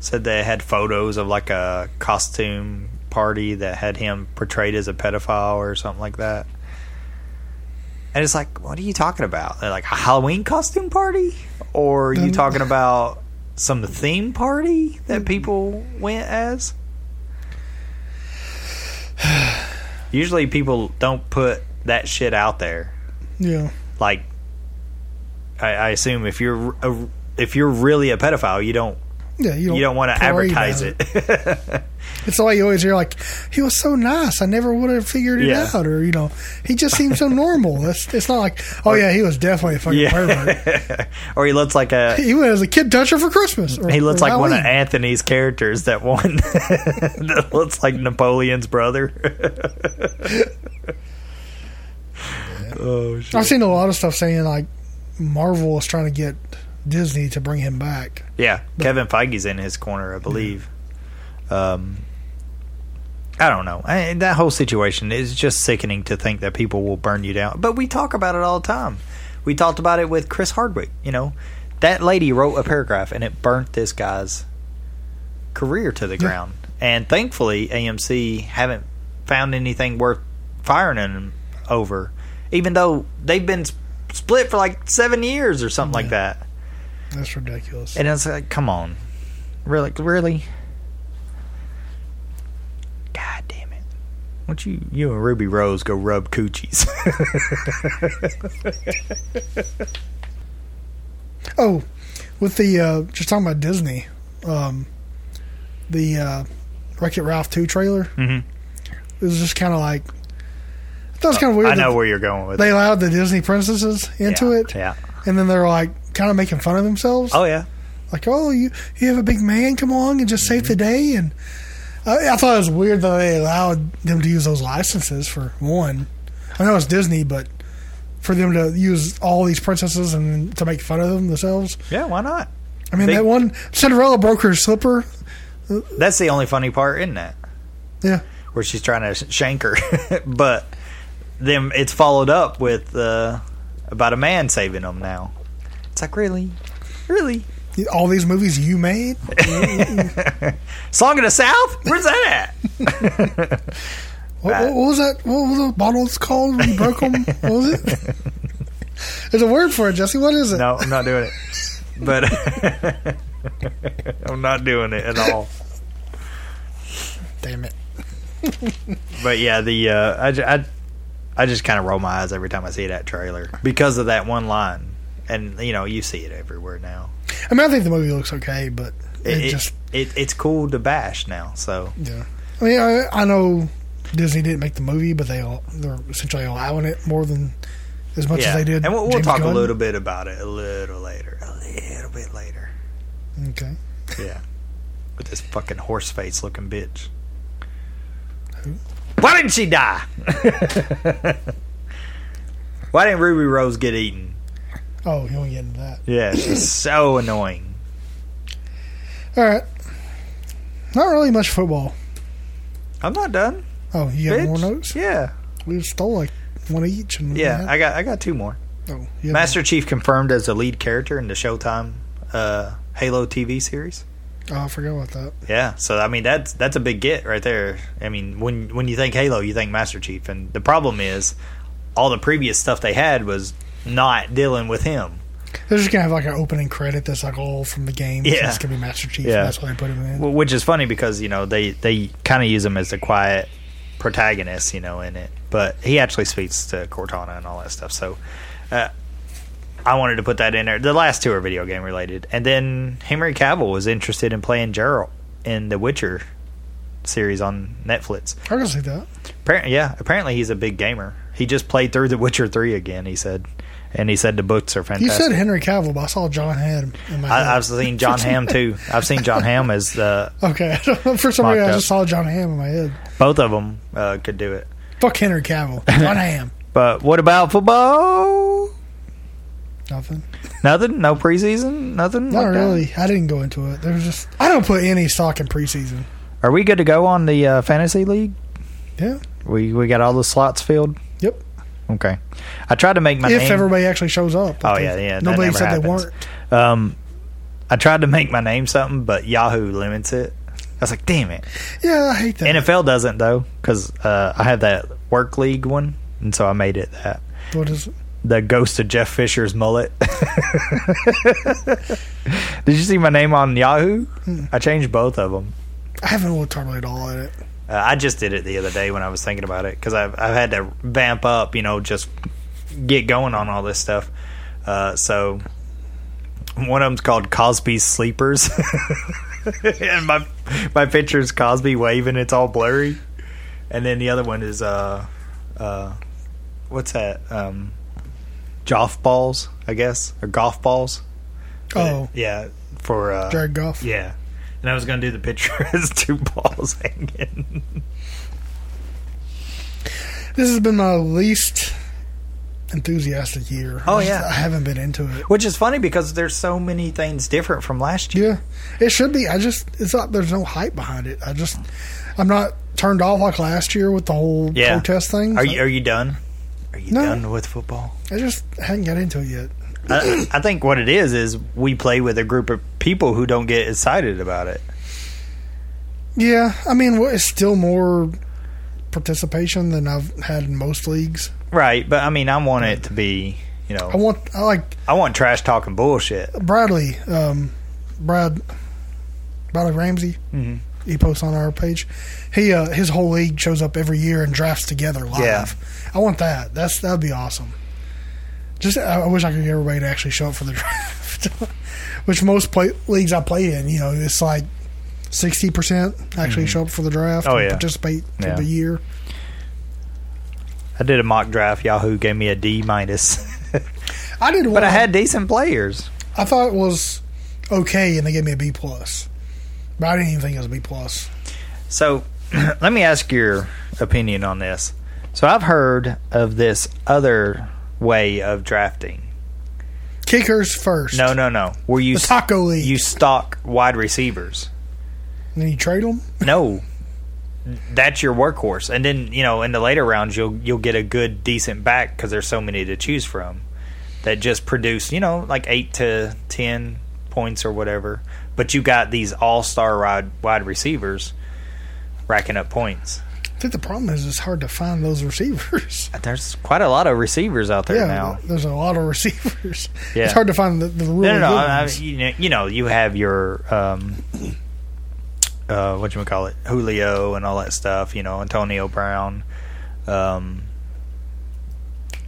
Speaker 5: Said they had photos of like a costume party that had him portrayed as a pedophile or something like that. And it's like, what are you talking about? They're like a Halloween costume party, or are you
Speaker 8: Then-
Speaker 5: talking about some theme party that people went as? Usually, people don't put that shit out there
Speaker 8: yeah,
Speaker 5: like I, I assume if you're a, if you're really a pedophile, you don't
Speaker 8: yeah. You don't,
Speaker 5: you don't want to
Speaker 8: worry
Speaker 5: advertise
Speaker 8: about
Speaker 5: it. [laughs]
Speaker 8: It's why you always hear like he was so nice. I never would have figured it
Speaker 5: Yeah.
Speaker 8: out, or you know, he just seemed
Speaker 5: [laughs]
Speaker 8: so normal. It's, it's not like oh yeah, he was definitely a fucking pervert.
Speaker 5: or he looks like
Speaker 8: [laughs]
Speaker 5: a
Speaker 8: He went as a kid toucher for Christmas. or-
Speaker 5: he looks
Speaker 8: or
Speaker 5: like one of
Speaker 8: Halloween.
Speaker 5: Anthony's characters that one [laughs] that looks like Napoleon's brother. [laughs] oh shit!
Speaker 8: I've seen a lot of stuff saying like Marvel is trying to get Disney to bring him back.
Speaker 5: Yeah, Kevin Feige's in his corner, I believe. Um, I don't know. I, that whole situation is just sickening to think that people will burn you down. But we talk about it all the time. We talked about it with Chris Hardwick. You know, that lady wrote a paragraph and it burnt this guy's career to the ground. And thankfully, AMC haven't found anything worth firing him over, even though they've been s- split for like seven years or something like that.
Speaker 8: That's ridiculous.
Speaker 5: And it's like, come on, really, really. God damn it! Won't you, you and Ruby Rose go rub coochies? [laughs]
Speaker 8: Oh, with the uh, just talking about Disney, um, the uh, Wreck It Ralph two trailer. Mm-hmm. It was just kind of like I thought it was kind of weird.
Speaker 5: Uh, I know
Speaker 8: that
Speaker 5: where you're going with
Speaker 8: they
Speaker 5: it.
Speaker 8: allowed the Disney princesses into
Speaker 5: Yeah,
Speaker 8: it,
Speaker 5: Yeah.
Speaker 8: and then they were like kind of making fun of themselves.
Speaker 5: Oh yeah.
Speaker 8: Like, oh, you you have a big man come along and just save
Speaker 5: Mm-hmm.
Speaker 8: the day, and uh, I, I thought it was weird that they allowed them to use those licenses for one. I know it's Disney, but for them to use all these princesses and to make fun of them themselves.
Speaker 5: Yeah. Why not?
Speaker 8: I mean,
Speaker 5: Big-
Speaker 8: that one Cinderella broke her slipper.
Speaker 5: That's the only funny part, isn't it?
Speaker 8: Yeah,
Speaker 5: Where she's trying to sh- shank her, [laughs] but then it's followed up with uh, about a man saving them. Now it's like really, really.
Speaker 8: all these movies you made.
Speaker 5: Song of the South? Where's that at?
Speaker 8: What, what, what was that? What was the bottles called when you broke them? What was it? [laughs] There's a word for it, Jesse. What is it?
Speaker 5: No, I'm not doing it. But [laughs] I'm not doing it at all.
Speaker 8: Damn it.
Speaker 5: But yeah, the uh, I, ju- I, I just kind of roll my eyes every time I see that trailer because of that one line, and you know you see it everywhere now.
Speaker 8: I mean, I think the movie looks okay, but
Speaker 5: It,
Speaker 8: it,
Speaker 5: it-
Speaker 8: just
Speaker 5: it- it's cool to bash now. So
Speaker 8: yeah. I mean, I, I know Disney didn't make the movie, but they all, they're essentially allowing it more than as much
Speaker 5: yeah,
Speaker 8: as they did.
Speaker 5: and we'll, we'll
Speaker 8: James
Speaker 5: talk
Speaker 8: Gunn.
Speaker 5: a little bit about it a little later, a little bit later.
Speaker 8: Okay.
Speaker 5: Yeah, with this fucking horse face looking bitch. Why didn't she die? Why didn't Ruby Rose get eaten?
Speaker 8: Oh, you want to get into that?
Speaker 5: Yeah, she's
Speaker 8: [clears throat]
Speaker 5: so annoying.
Speaker 8: All right. Not really much football.
Speaker 5: I'm not done.
Speaker 8: Oh, you got
Speaker 5: Bitch.
Speaker 8: more notes?
Speaker 5: Yeah,
Speaker 8: We stole like one each. And
Speaker 5: yeah. I got I got two more.
Speaker 8: Oh, yeah.
Speaker 5: Master Chief confirmed as the lead character in the Showtime uh, Halo TV series.
Speaker 8: Oh, I forgot about that.
Speaker 5: Yeah, so I mean that's that's a big get right there. I mean when when you think Halo, you think Master Chief, and the problem is all the previous stuff they had was not dealing with him.
Speaker 8: They're just gonna have like an opening credit that's like all from the game.
Speaker 5: Yeah.
Speaker 8: Yeah, it's gonna be Master Chief.
Speaker 5: Yeah.
Speaker 8: and that's why they put him in.
Speaker 5: Wh- which is funny because you know they they kind of use him as the quiet protagonist, you know, in it. But he actually speaks to Cortana and all that stuff. So uh, I wanted to put that in there. The last two are video game related, and then Henry Cavill was interested in playing Geralt in the Witcher series on Netflix.
Speaker 8: I can see that.
Speaker 5: Apparently, yeah, apparently he's a big gamer. He just played through The Witcher Three again. He said, and he said the books are
Speaker 8: You
Speaker 5: fantastic.
Speaker 8: said Henry Cavill, but I saw John Hamm in my head.
Speaker 5: I, I've seen John Hamm too. I've seen John Hamm as uh, the
Speaker 8: okay, [laughs] for some reason
Speaker 5: Mocked
Speaker 8: I
Speaker 5: up.
Speaker 8: just saw John Hamm in my head.
Speaker 5: both of them uh, could do it.
Speaker 8: Fuck Henry
Speaker 5: [laughs]
Speaker 8: Cavill, John Hamm.
Speaker 5: But what about football?
Speaker 8: Nothing.
Speaker 5: Nothing? No preseason? Nothing?
Speaker 8: Not
Speaker 5: like that?
Speaker 8: really. I didn't go into it. There was just I don't put any stock in preseason.
Speaker 5: Are we good to go on the uh, fantasy league?
Speaker 8: Yeah.
Speaker 5: We we got all the slots filled.
Speaker 8: Yep.
Speaker 5: Okay. I tried to make my
Speaker 8: if
Speaker 5: name.
Speaker 8: everybody actually shows up.
Speaker 5: oh
Speaker 8: If
Speaker 5: yeah,
Speaker 8: they-
Speaker 5: yeah. that
Speaker 8: Nobody
Speaker 5: never
Speaker 8: said they
Speaker 5: happens.
Speaker 8: weren't.
Speaker 5: Um, I tried to make my name something, but Yahoo limits it. I was like, damn it.
Speaker 8: Yeah, I hate that.
Speaker 5: NFL doesn't though, because uh, I have that work league one, and so I made it that
Speaker 8: what is it?
Speaker 5: the ghost of Jeff Fisher's mullet. [laughs] Did you see my name on Yahoo? I changed both of them.
Speaker 8: I haven't looked hardly at all at it.
Speaker 5: Uh, I just did it the other day when I was thinking about it because I've, I've had to vamp up, you know, just get going on all this stuff. Uh, so one of them's called Cosby's Sleepers, [laughs] and my my picture is Cosby waving. It's all blurry, and then the other one is uh uh what's that um joff balls I guess or golf balls.
Speaker 8: Oh,
Speaker 5: yeah, for uh,
Speaker 8: Jared Goff.
Speaker 5: yeah. And I was gonna do the picture [laughs] as two balls [laughs] hanging.
Speaker 8: This has been my least enthusiastic year.
Speaker 5: Oh,
Speaker 8: I just-
Speaker 5: yeah.
Speaker 8: I haven't been into it.
Speaker 5: Which is funny because there's so many things different from last year.
Speaker 8: Yeah, it should be. I just it's not. There's no hype behind it. I just I'm not turned off like last year with the whole protest thing.
Speaker 5: Are you are you done? Are you
Speaker 8: No.
Speaker 5: done with football?
Speaker 8: I just hadn't got into it yet.
Speaker 5: I, I think what it is is we play with a group of people who don't get excited about it.
Speaker 8: Yeah, I mean, wha- it's still more participation than I've had in most leagues.
Speaker 5: Right, but I mean, I want it to be, you know,
Speaker 8: I want, I like
Speaker 5: I want trash talking bullshit.
Speaker 8: Bradley, um, Brad, Bradley Ramsey.
Speaker 5: Mm-hmm.
Speaker 8: He posts on our page. He uh, his whole league shows up every year and drafts together live.
Speaker 5: Yeah.
Speaker 8: I want that. That's that'd be awesome. Just I, I wish I could get everybody to actually show up for the [laughs] draft, which most play, leagues I play in, you know, it's like sixty percent actually show up for the draft.
Speaker 5: Oh,
Speaker 8: and
Speaker 5: yeah.
Speaker 8: participate for
Speaker 5: Yeah.
Speaker 8: the year.
Speaker 5: I did a mock draft. Yahoo gave me a D minus, [laughs]
Speaker 8: I did, one
Speaker 5: but I had decent players.
Speaker 8: I thought it was okay, and they gave me a B plus, but I didn't even think it was a B plus.
Speaker 5: So, [clears throat] let me ask your opinion on this. So, I've heard of this other way of drafting.
Speaker 8: Kickers first.
Speaker 5: No, no, no. Where you
Speaker 8: The taco league.
Speaker 5: you stock wide receivers?
Speaker 8: And then you trade them.
Speaker 5: No, that's your workhorse. And then you know, in the later rounds, you'll you'll get a good, decent back because there's so many to choose from that just produce you know like eight to ten points or whatever. But you got these all star wide wide receivers racking up points.
Speaker 8: I think the problem is it's hard to find
Speaker 5: [laughs]
Speaker 8: those receivers.
Speaker 5: There's quite a lot of receivers out there
Speaker 8: yeah,
Speaker 5: now.
Speaker 8: there's a lot of receivers. [laughs]
Speaker 5: Yeah.
Speaker 8: It's hard to find the, the really
Speaker 5: No, no, no.
Speaker 8: good
Speaker 5: I, I-
Speaker 8: ones.
Speaker 5: you, know, you know, you have your um, uh, what you call it, Julio and all that stuff. You know, Antonio Brown, um,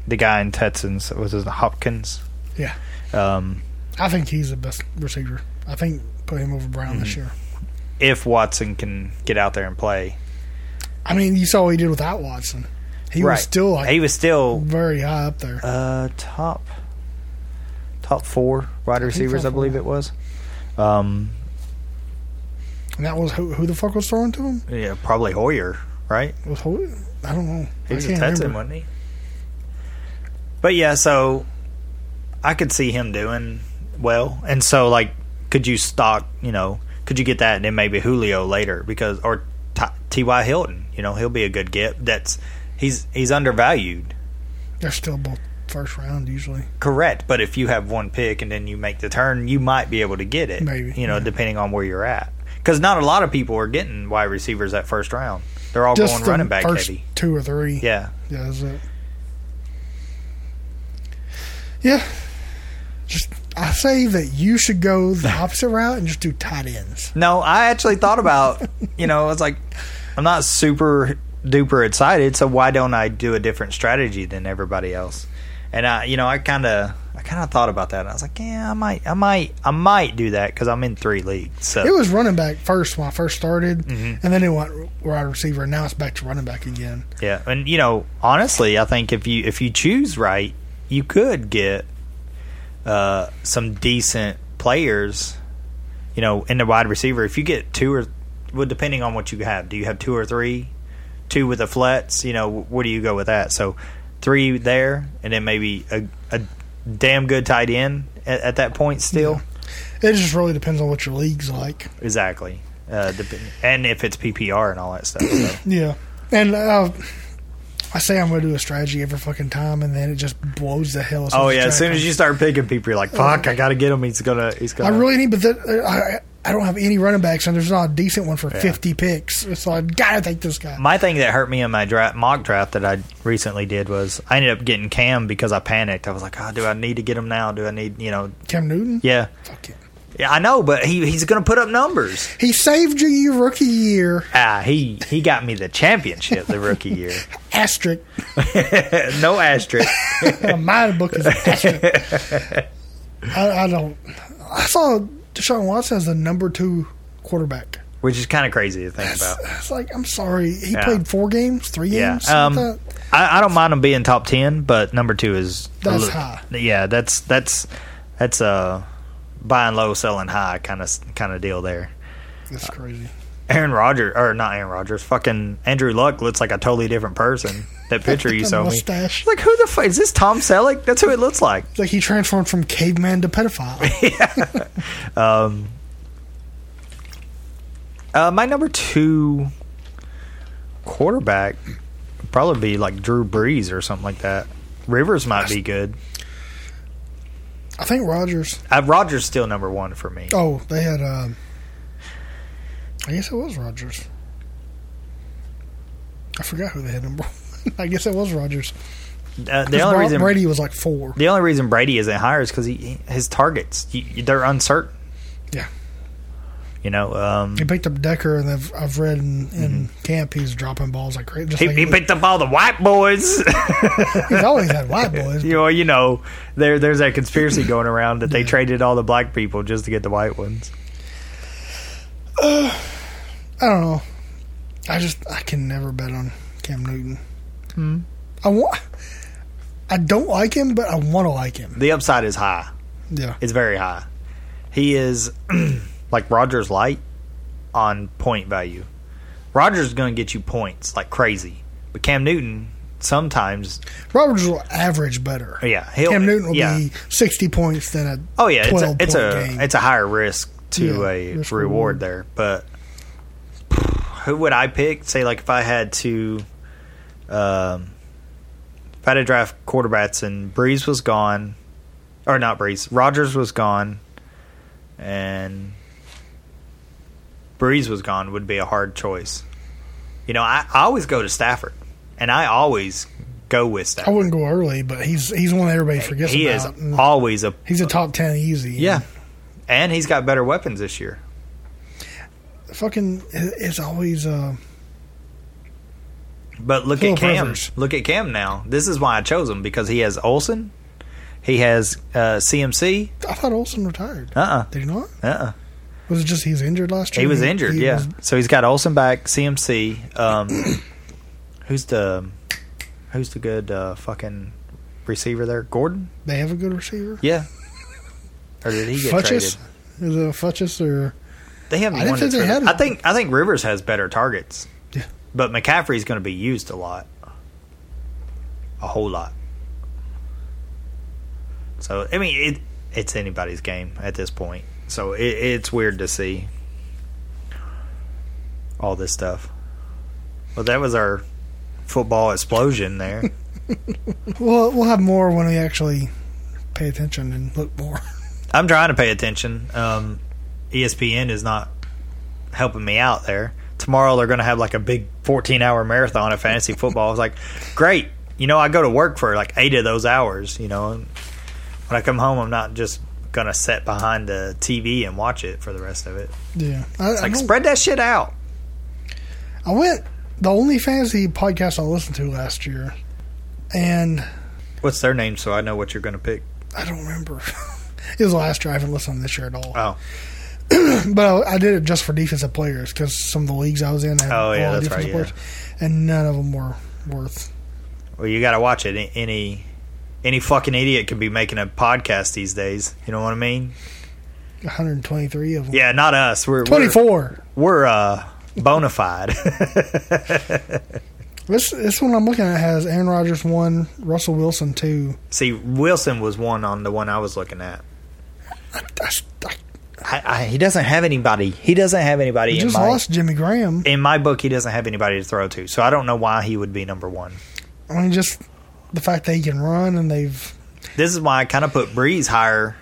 Speaker 5: the guy in Texans was his Hopkins.
Speaker 8: yeah,
Speaker 5: Um,
Speaker 8: I think he's the best receiver. I think put him over Brown this
Speaker 5: Mm-hmm.
Speaker 8: year.
Speaker 5: if Watson can get out there and play,
Speaker 8: I mean, you saw what he did without Watson. He
Speaker 5: right?
Speaker 8: was still like
Speaker 5: he was still
Speaker 8: very high up there.
Speaker 5: uh, top top four wide receivers, I,
Speaker 8: top
Speaker 5: believe
Speaker 8: four.
Speaker 5: it was. Um,
Speaker 8: and that was who, who the fuck was throwing to him?
Speaker 5: yeah, probably Hoyer, right?
Speaker 8: Was who, I don't know.
Speaker 5: He was
Speaker 8: I
Speaker 5: a
Speaker 8: can't
Speaker 5: Texan,
Speaker 8: remember.
Speaker 5: wasn't he? But yeah, so I could see him doing well, and so like, could you stock? You know, could you get that, and then maybe Julio later because or T- T.Y. Hilton. You know, he'll be a good get. That's he's he's undervalued.
Speaker 8: They're still both first round usually.
Speaker 5: Correct, but if you have one pick and then you make the turn, you might be able to get it.
Speaker 8: Maybe,
Speaker 5: you know,
Speaker 8: yeah.
Speaker 5: depending on where you're at, because not a lot of people are getting wide receivers that first round. They're all
Speaker 8: Just
Speaker 5: going
Speaker 8: the
Speaker 5: running back
Speaker 8: first
Speaker 5: heavy.
Speaker 8: two or three.
Speaker 5: Yeah,
Speaker 8: Yeah, that's it. Yeah. Just I say that you should
Speaker 5: [laughs]
Speaker 8: go the opposite route and just do tight ends.
Speaker 5: No, I actually thought about, you know, it's like I'm not super duper excited, so why don't I do a different strategy than everybody else? And I, you know, I kind of I kind of thought about that. I was like, yeah, I might I might I might do that cuz I'm in 3 leagues. So
Speaker 8: It was running back first when I first started,
Speaker 5: Mm-hmm.
Speaker 8: and then it went wide receiver, and now it's back to running back again.
Speaker 5: yeah, and you know, honestly, I think if you if you choose right, you could get uh some decent players, you know, in the wide receiver. If you get two or well, depending on what you have, do you have two or three? Two with the flats, you know, where do you go with that? So three there, and then maybe a, a damn good tight end at, at that point still.
Speaker 8: It just really depends on what your league's like.
Speaker 5: Exactly. Uh, dep- and if it's PPR and all that stuff. So.
Speaker 8: Yeah, and uh, I say I'm going to do a strategy every fucking time, and then it just blows the hell.
Speaker 5: Oh yeah, as soon as you start picking people, you're like, "Fuck, I gotta get him. He's gonna, he's
Speaker 8: I
Speaker 5: gonna."
Speaker 8: really need, but the, uh, I I don't have any running backs, and there's not a decent one for 50 picks. So I gotta take this guy.
Speaker 5: My thing that hurt me in my draft, mock draft that I recently did was I ended up getting Cam because I panicked. I was like, "Oh, do I need to get him now? Do I need, you know?"
Speaker 8: Cam Newton.
Speaker 5: Yeah,
Speaker 8: Fuck it.
Speaker 5: yeah, I know, but he he's gonna put up numbers.
Speaker 8: He saved you your rookie year.
Speaker 5: Ah, he he got me the championship the rookie
Speaker 8: [laughs]
Speaker 5: year.
Speaker 8: Asterisk.
Speaker 5: no asterisk.
Speaker 8: Uh, My book is asterisk.
Speaker 5: [laughs]
Speaker 8: I, I don't. I saw Deshaun Watson as the number two quarterback.
Speaker 5: Which is kind of crazy to think about.
Speaker 8: It's like I'm sorry, he
Speaker 5: Yeah.
Speaker 8: played four games, three
Speaker 5: Yeah,
Speaker 8: games.
Speaker 5: um,
Speaker 8: something like that.
Speaker 5: I, I don't mind him being top ten, but number two is a
Speaker 8: That's
Speaker 5: lit-
Speaker 8: high.
Speaker 5: Yeah, that's that's that's a buying low, selling high kind of kind of deal there.
Speaker 8: That's crazy.
Speaker 5: Aaron Rodgers, or not Aaron Rodgers, fucking Andrew Luck looks like a totally different person.
Speaker 8: [laughs]
Speaker 5: That picture you
Speaker 8: The
Speaker 5: saw me,
Speaker 8: mustache.
Speaker 5: like who the fuck is this? Tom Selleck? That's who it looks like.
Speaker 8: It's like he transformed from caveman
Speaker 5: [laughs]
Speaker 8: to pedophile.
Speaker 5: Uh, my number two quarterback probably be like Drew Brees or something like that. Rivers might be good.
Speaker 8: I think Rogers.
Speaker 5: I, Rogers still number one for me. Uh,
Speaker 8: Oh, they had. Um, I guess it was Rogers. I forgot who they had number. one. [laughs] I guess it was Rogers.
Speaker 5: Uh, the
Speaker 8: 'Cause
Speaker 5: only
Speaker 8: Bra-
Speaker 5: reason
Speaker 8: Brady was like four.
Speaker 5: the only reason Brady isn't higher is because he, he- his targets you, you- they're uncertain.
Speaker 8: Yeah,
Speaker 5: You know, um,
Speaker 8: he picked up Decker, and I've, I've read in, in camp he's dropping balls like crazy. Just
Speaker 5: Mm-hmm. he,
Speaker 8: like
Speaker 5: he picked up all the white boys. [laughs]
Speaker 8: he's always had white boys.
Speaker 5: you know, you know, there there's that conspiracy going around that they traded all the black people just to get the white ones.
Speaker 8: I don't know. I just I can never bet on Cam Newton. I want. I don't like him, but I want to like him.
Speaker 5: The upside is high.
Speaker 8: Yeah,
Speaker 5: It's very high. He is [clears throat] like Rogers light on point value. Rogers is going to get you points like crazy, but Cam Newton sometimes,
Speaker 8: Roberts will average better.
Speaker 5: Oh, yeah, he'll,
Speaker 8: Cam Newton will
Speaker 5: yeah.
Speaker 8: be sixty points than a
Speaker 5: Oh yeah, it's a
Speaker 8: 12
Speaker 5: it's
Speaker 8: point
Speaker 5: a
Speaker 8: game.
Speaker 5: it's a higher risk to
Speaker 8: Yeah,
Speaker 5: a
Speaker 8: risk
Speaker 5: reward,
Speaker 8: reward.
Speaker 5: there, but who would I pick? Say like if I had to, um, if I had to draft quarterbacks and Breeze was gone, or not Breeze, Rogers was gone, and Breeze was gone would be a hard choice. You know, I, I always go to Stafford, and I always go with
Speaker 8: I
Speaker 5: Stafford.
Speaker 8: wouldn't go early, but he's he's one that everybody forgets
Speaker 5: He is
Speaker 8: about. And
Speaker 5: always a
Speaker 8: he's a top ten easy.
Speaker 5: yeah, and he's got better weapons this year.
Speaker 8: fucking, it's always uh,
Speaker 5: But look
Speaker 8: Phillip
Speaker 5: at Cam.
Speaker 8: Rivers.
Speaker 5: Look at Cam now. This is why I chose him because he has Olson, he has uh, CMC.
Speaker 8: I thought Olson retired.
Speaker 5: Uh uh
Speaker 8: Did he not?
Speaker 5: uh uh.
Speaker 8: Was it just he was injured last year?
Speaker 5: He was injured.
Speaker 8: Uh-uh, he
Speaker 5: yeah.
Speaker 8: was-
Speaker 5: so he's got Olson back, CMC.
Speaker 8: [coughs]
Speaker 5: Um, who's the who's the good uh, fucking receiver there? Gordon.
Speaker 8: they have a good receiver.
Speaker 5: Yeah. Or did he get traded?
Speaker 8: Futches. Is it a Futches or
Speaker 5: They haven't.
Speaker 8: I didn't
Speaker 5: won
Speaker 8: think
Speaker 5: this
Speaker 8: they
Speaker 5: for-
Speaker 8: had-
Speaker 5: I think I think Rivers has better targets.
Speaker 8: Yeah.
Speaker 5: But McCaffrey's going to be used a lot, a whole lot. So I mean, it it's anybody's game at this point. So it, it's weird to see all this stuff. Well, that was our football explosion there.
Speaker 8: Well, we'll have more when we actually pay attention and look more. [laughs]
Speaker 5: I'm trying to pay attention. Um, ESPN is not helping me out there. Tomorrow they're going to have like a big 14 hour marathon of fantasy football. I was like, great. You know, I go to work for like eight of those hours. You know, and when I come home, I'm not just going to sit behind the TV and watch it for the rest of it.
Speaker 8: Yeah, I, I,
Speaker 5: Like,
Speaker 8: don't-
Speaker 5: spread that shit out.
Speaker 8: I went the only fantasy podcast I listened to last year, and
Speaker 5: What's their name so I know what you're going to pick?
Speaker 8: I don't remember. [laughs] it was last year. I haven't listened this year at all.
Speaker 5: Oh,
Speaker 8: But I, I did it just for defensive players because some of the leagues I was in had
Speaker 5: Oh,
Speaker 8: a
Speaker 5: yeah,
Speaker 8: lot of
Speaker 5: that's right,
Speaker 8: defensive players, and none of them were worth.
Speaker 5: well, you got to watch it. Any. Any fucking idiot could be making a podcast these days. You know what I mean?
Speaker 8: 123 of them.
Speaker 5: Yeah, not us. We're we're-
Speaker 8: 24.
Speaker 5: we're uh bona fide. [laughs]
Speaker 8: This this one I'm looking at has Aaron Rodgers one, Russell Wilson two.
Speaker 5: See, Wilson was one on the one I was looking at.
Speaker 8: I, I
Speaker 5: I, I, he doesn't have anybody. He doesn't have anybody in
Speaker 8: just
Speaker 5: my
Speaker 8: lost Jimmy Graham.
Speaker 5: in my book. He doesn't have anybody to throw to. So I don't know why he would be number one.
Speaker 8: I mean, just the fact that he can run and they've
Speaker 5: This is why I kind of put Breeze
Speaker 8: [coughs]
Speaker 5: higher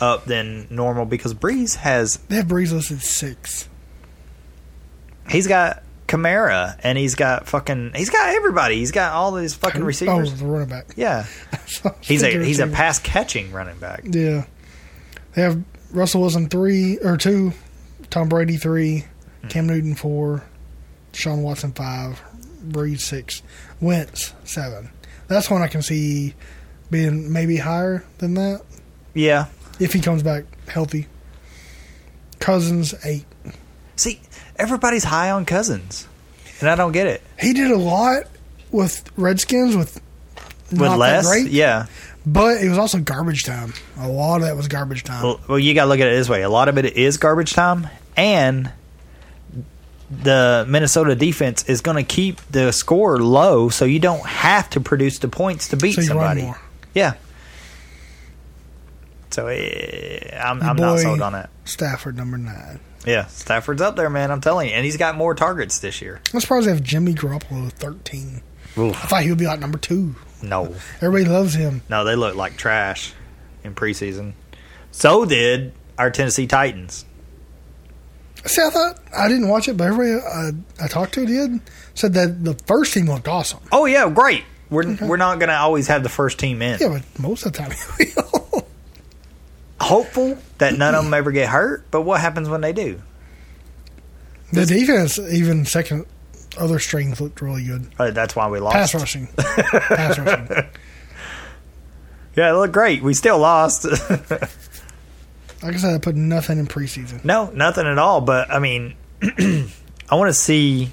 Speaker 5: up than normal because Breeze has
Speaker 8: they have Breeze listed six.
Speaker 5: he's got Kamara and he's got fucking he's got everybody. He's got all these fucking
Speaker 8: Oh,
Speaker 5: receivers.
Speaker 8: the running back. [laughs]
Speaker 5: Yeah,
Speaker 8: So,
Speaker 5: he's a
Speaker 8: receiver.
Speaker 5: he's a pass catching running back.
Speaker 8: Yeah. They have Russell Wilson three or two, Tom Brady three,
Speaker 5: Hmm.
Speaker 8: Cam Newton four, Sean Watson five, Breeze six, Wentz seven. That's one I can see being maybe higher than that
Speaker 5: Yeah,
Speaker 8: if he comes back healthy. Cousins eight.
Speaker 5: see, everybody's high on Cousins, and I don't get it.
Speaker 8: He did a lot with Redskins with
Speaker 5: With
Speaker 8: not
Speaker 5: less,
Speaker 8: that great,
Speaker 5: yeah.
Speaker 8: but it was also garbage time. A lot of that was garbage time.
Speaker 5: Well, well, you got to look at it this way. A lot of it is garbage time, and the Minnesota defense is going to keep the score low, so you don't have to produce the points to beat
Speaker 8: So you run
Speaker 5: somebody.
Speaker 8: more.
Speaker 5: Yeah. So eh, I'm,
Speaker 8: Your
Speaker 5: I'm not
Speaker 8: boy
Speaker 5: sold on that.
Speaker 8: Stafford number nine.
Speaker 5: Yeah, Stafford's up there, man. I'm telling you, and he's got more targets this year.
Speaker 8: I'm surprised they have Jimmy Garoppolo with 13. I thought he would be like number two.
Speaker 5: No,
Speaker 8: Everybody loves him.
Speaker 5: no, they look like trash in preseason. So did our Tennessee Titans.
Speaker 8: See, I thought I didn't watch it, but everybody I, I talked to did said that the first team looked awesome.
Speaker 5: Oh yeah, great. We're we're not gonna always have the first team in.
Speaker 8: Yeah, but most of the time [laughs] we all.
Speaker 5: Hopeful that none of them ever get hurt, but what happens when they do?
Speaker 8: The defense, even second, other strings looked really good.
Speaker 5: Uh, that's why we lost.
Speaker 8: Pass rushing,
Speaker 5: [laughs]
Speaker 8: pass rushing.
Speaker 5: Yeah, it looked great. We still lost. [laughs]
Speaker 8: Like I said, I put nothing in preseason.
Speaker 5: no, nothing at all. But I mean, [clears throat] I want to see.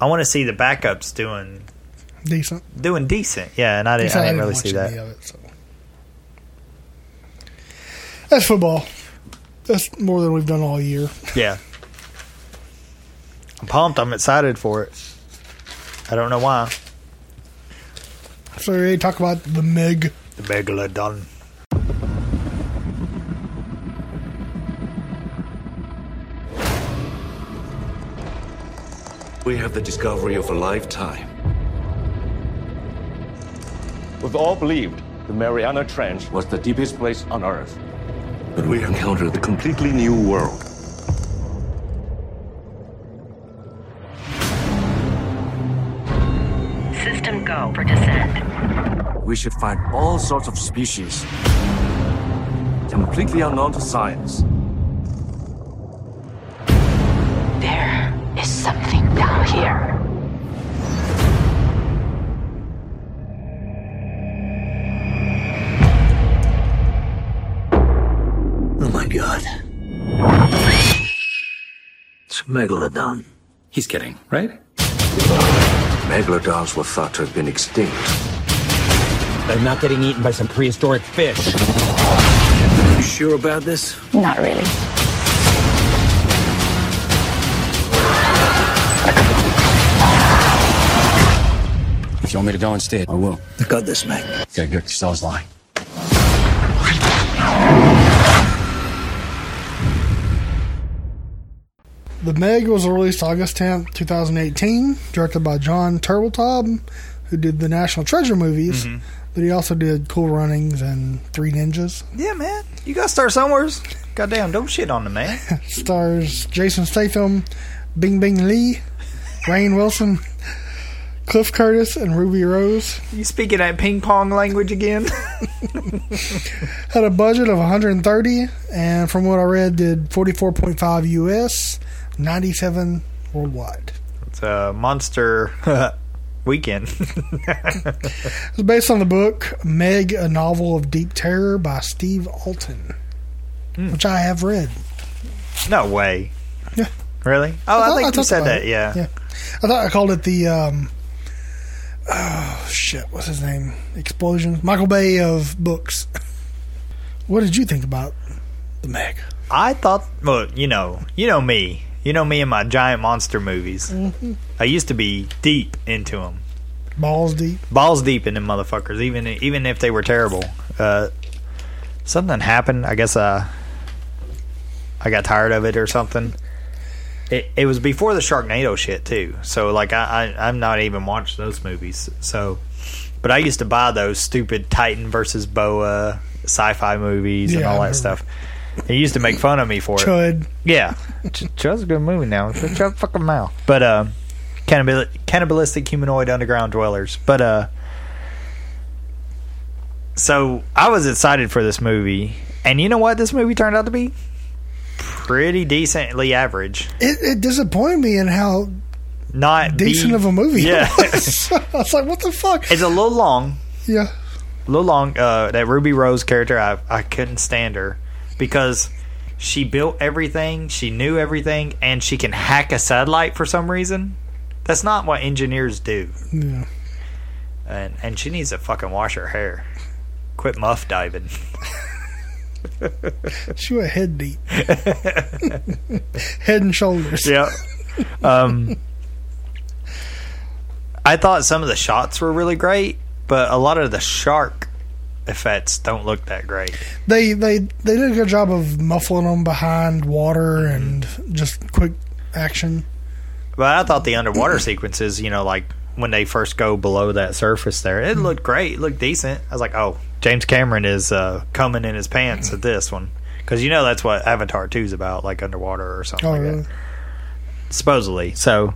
Speaker 5: I want to see the backups doing
Speaker 8: Decent.
Speaker 5: doing decent. Yeah, and I didn't.
Speaker 8: So
Speaker 5: I didn't really see
Speaker 8: watch any
Speaker 5: that.
Speaker 8: of it, so. That's football. That's more than we've done all year.
Speaker 5: Yeah, I'm pumped. I'm excited for it. I don't know why.
Speaker 8: So we talk about the Meg.
Speaker 5: The megalodon.
Speaker 9: We have the discovery of a lifetime.
Speaker 2: We've all believed the Mariana Trench was the deepest place on Earth.
Speaker 9: But we encountered a completely new world.
Speaker 10: System go for descent.
Speaker 9: We should find all sorts of species. Completely unknown to science.
Speaker 10: There is something down here.
Speaker 1: Oh my god. It's Megalodon.
Speaker 9: He's kidding, right? Megalodons were thought to have been extinct.
Speaker 11: They're not getting eaten by some prehistoric fish.
Speaker 9: You sure about this?
Speaker 10: Not really.
Speaker 11: If you want me to go instead, I will.
Speaker 1: I got this, Meg.
Speaker 11: Okay, good, because I was lying.
Speaker 8: The Meg was released August 10th, 2018, directed by John Turtletaub, who did the National Treasure movies,
Speaker 5: Mm-hmm.
Speaker 8: but he also did Cool Runnings and Three Ninjas.
Speaker 5: Yeah, man. You gotta start somewhere. Goddamn, don't shit on the man.
Speaker 8: Stars Jason Statham, Bing Bing Lee, Rain Wilson, Cliff Curtis, and Ruby Rose.
Speaker 5: You speaking that ping pong language again?
Speaker 8: had a budget of 130 and from what i read did 44.5 us 97 worldwide
Speaker 5: [laughs] it's a monster [laughs] weekend.
Speaker 8: it's based on the book meg a novel of deep terror by steve alton which i have read
Speaker 5: no way.
Speaker 8: Yeah.
Speaker 5: Really? Oh, I,
Speaker 8: thought-
Speaker 5: think you
Speaker 8: talked
Speaker 5: said
Speaker 8: about
Speaker 5: that.
Speaker 8: it.
Speaker 5: Yeah.
Speaker 8: yeah i thought i called it the um oh shit what's his name explosion michael bay of books [laughs] what did you think about the meg
Speaker 5: I thought. Well, you know, you know me. You know me and my giant monster movies.
Speaker 8: Mm-hmm.
Speaker 5: I used to be deep into them,
Speaker 8: balls deep
Speaker 5: balls deep in them motherfuckers. Even even if they were terrible. Uh, something happened. I guess I I got tired of it or something. It, it was before the Sharknado shit too. So like I, I I've not even watched those movies. So, but I used to buy those stupid Titan versus Boa sci-fi movies and
Speaker 8: Yeah, I
Speaker 5: all that
Speaker 8: remember.
Speaker 5: stuff. They used to make fun of me for it.
Speaker 8: chud
Speaker 5: Yeah, Chud's a good movie now. Shut your fucking mouth. But uh, cannabil- cannibalistic humanoid underground dwellers. But uh, so I was excited for this movie, and you know what? This movie turned out to be pretty decently average.
Speaker 8: it, it disappointed me in how
Speaker 5: Not
Speaker 8: decent
Speaker 5: the-
Speaker 8: of a movie.
Speaker 5: Yeah,
Speaker 8: [laughs] it was. I was like, what the fuck?
Speaker 5: it's a little long.
Speaker 8: Yeah.
Speaker 5: A little long. Uh, that Ruby Rose character, I I couldn't stand her because. She built everything, she knew everything, and she can hack a satellite for some reason. That's not what engineers do.
Speaker 8: Yeah.
Speaker 5: and and she needs to fucking wash her hair. Quit muff diving.
Speaker 8: She went head deep. head and shoulders.
Speaker 5: Yeah. um, I thought some of the shots were really great, but a lot of the shark effects don't look that great.
Speaker 8: They they they did a good job of muffling them behind water and just quick action.
Speaker 5: But I thought the underwater sequences, you know, like when they first go below that surface there. It looked great, it looked decent. I was like, oh, James Cameron is uh, coming in his pants at this one because you know that's what Avatar Two is about, like underwater or something
Speaker 8: Oh,
Speaker 5: like
Speaker 8: really?
Speaker 5: that, supposedly. So,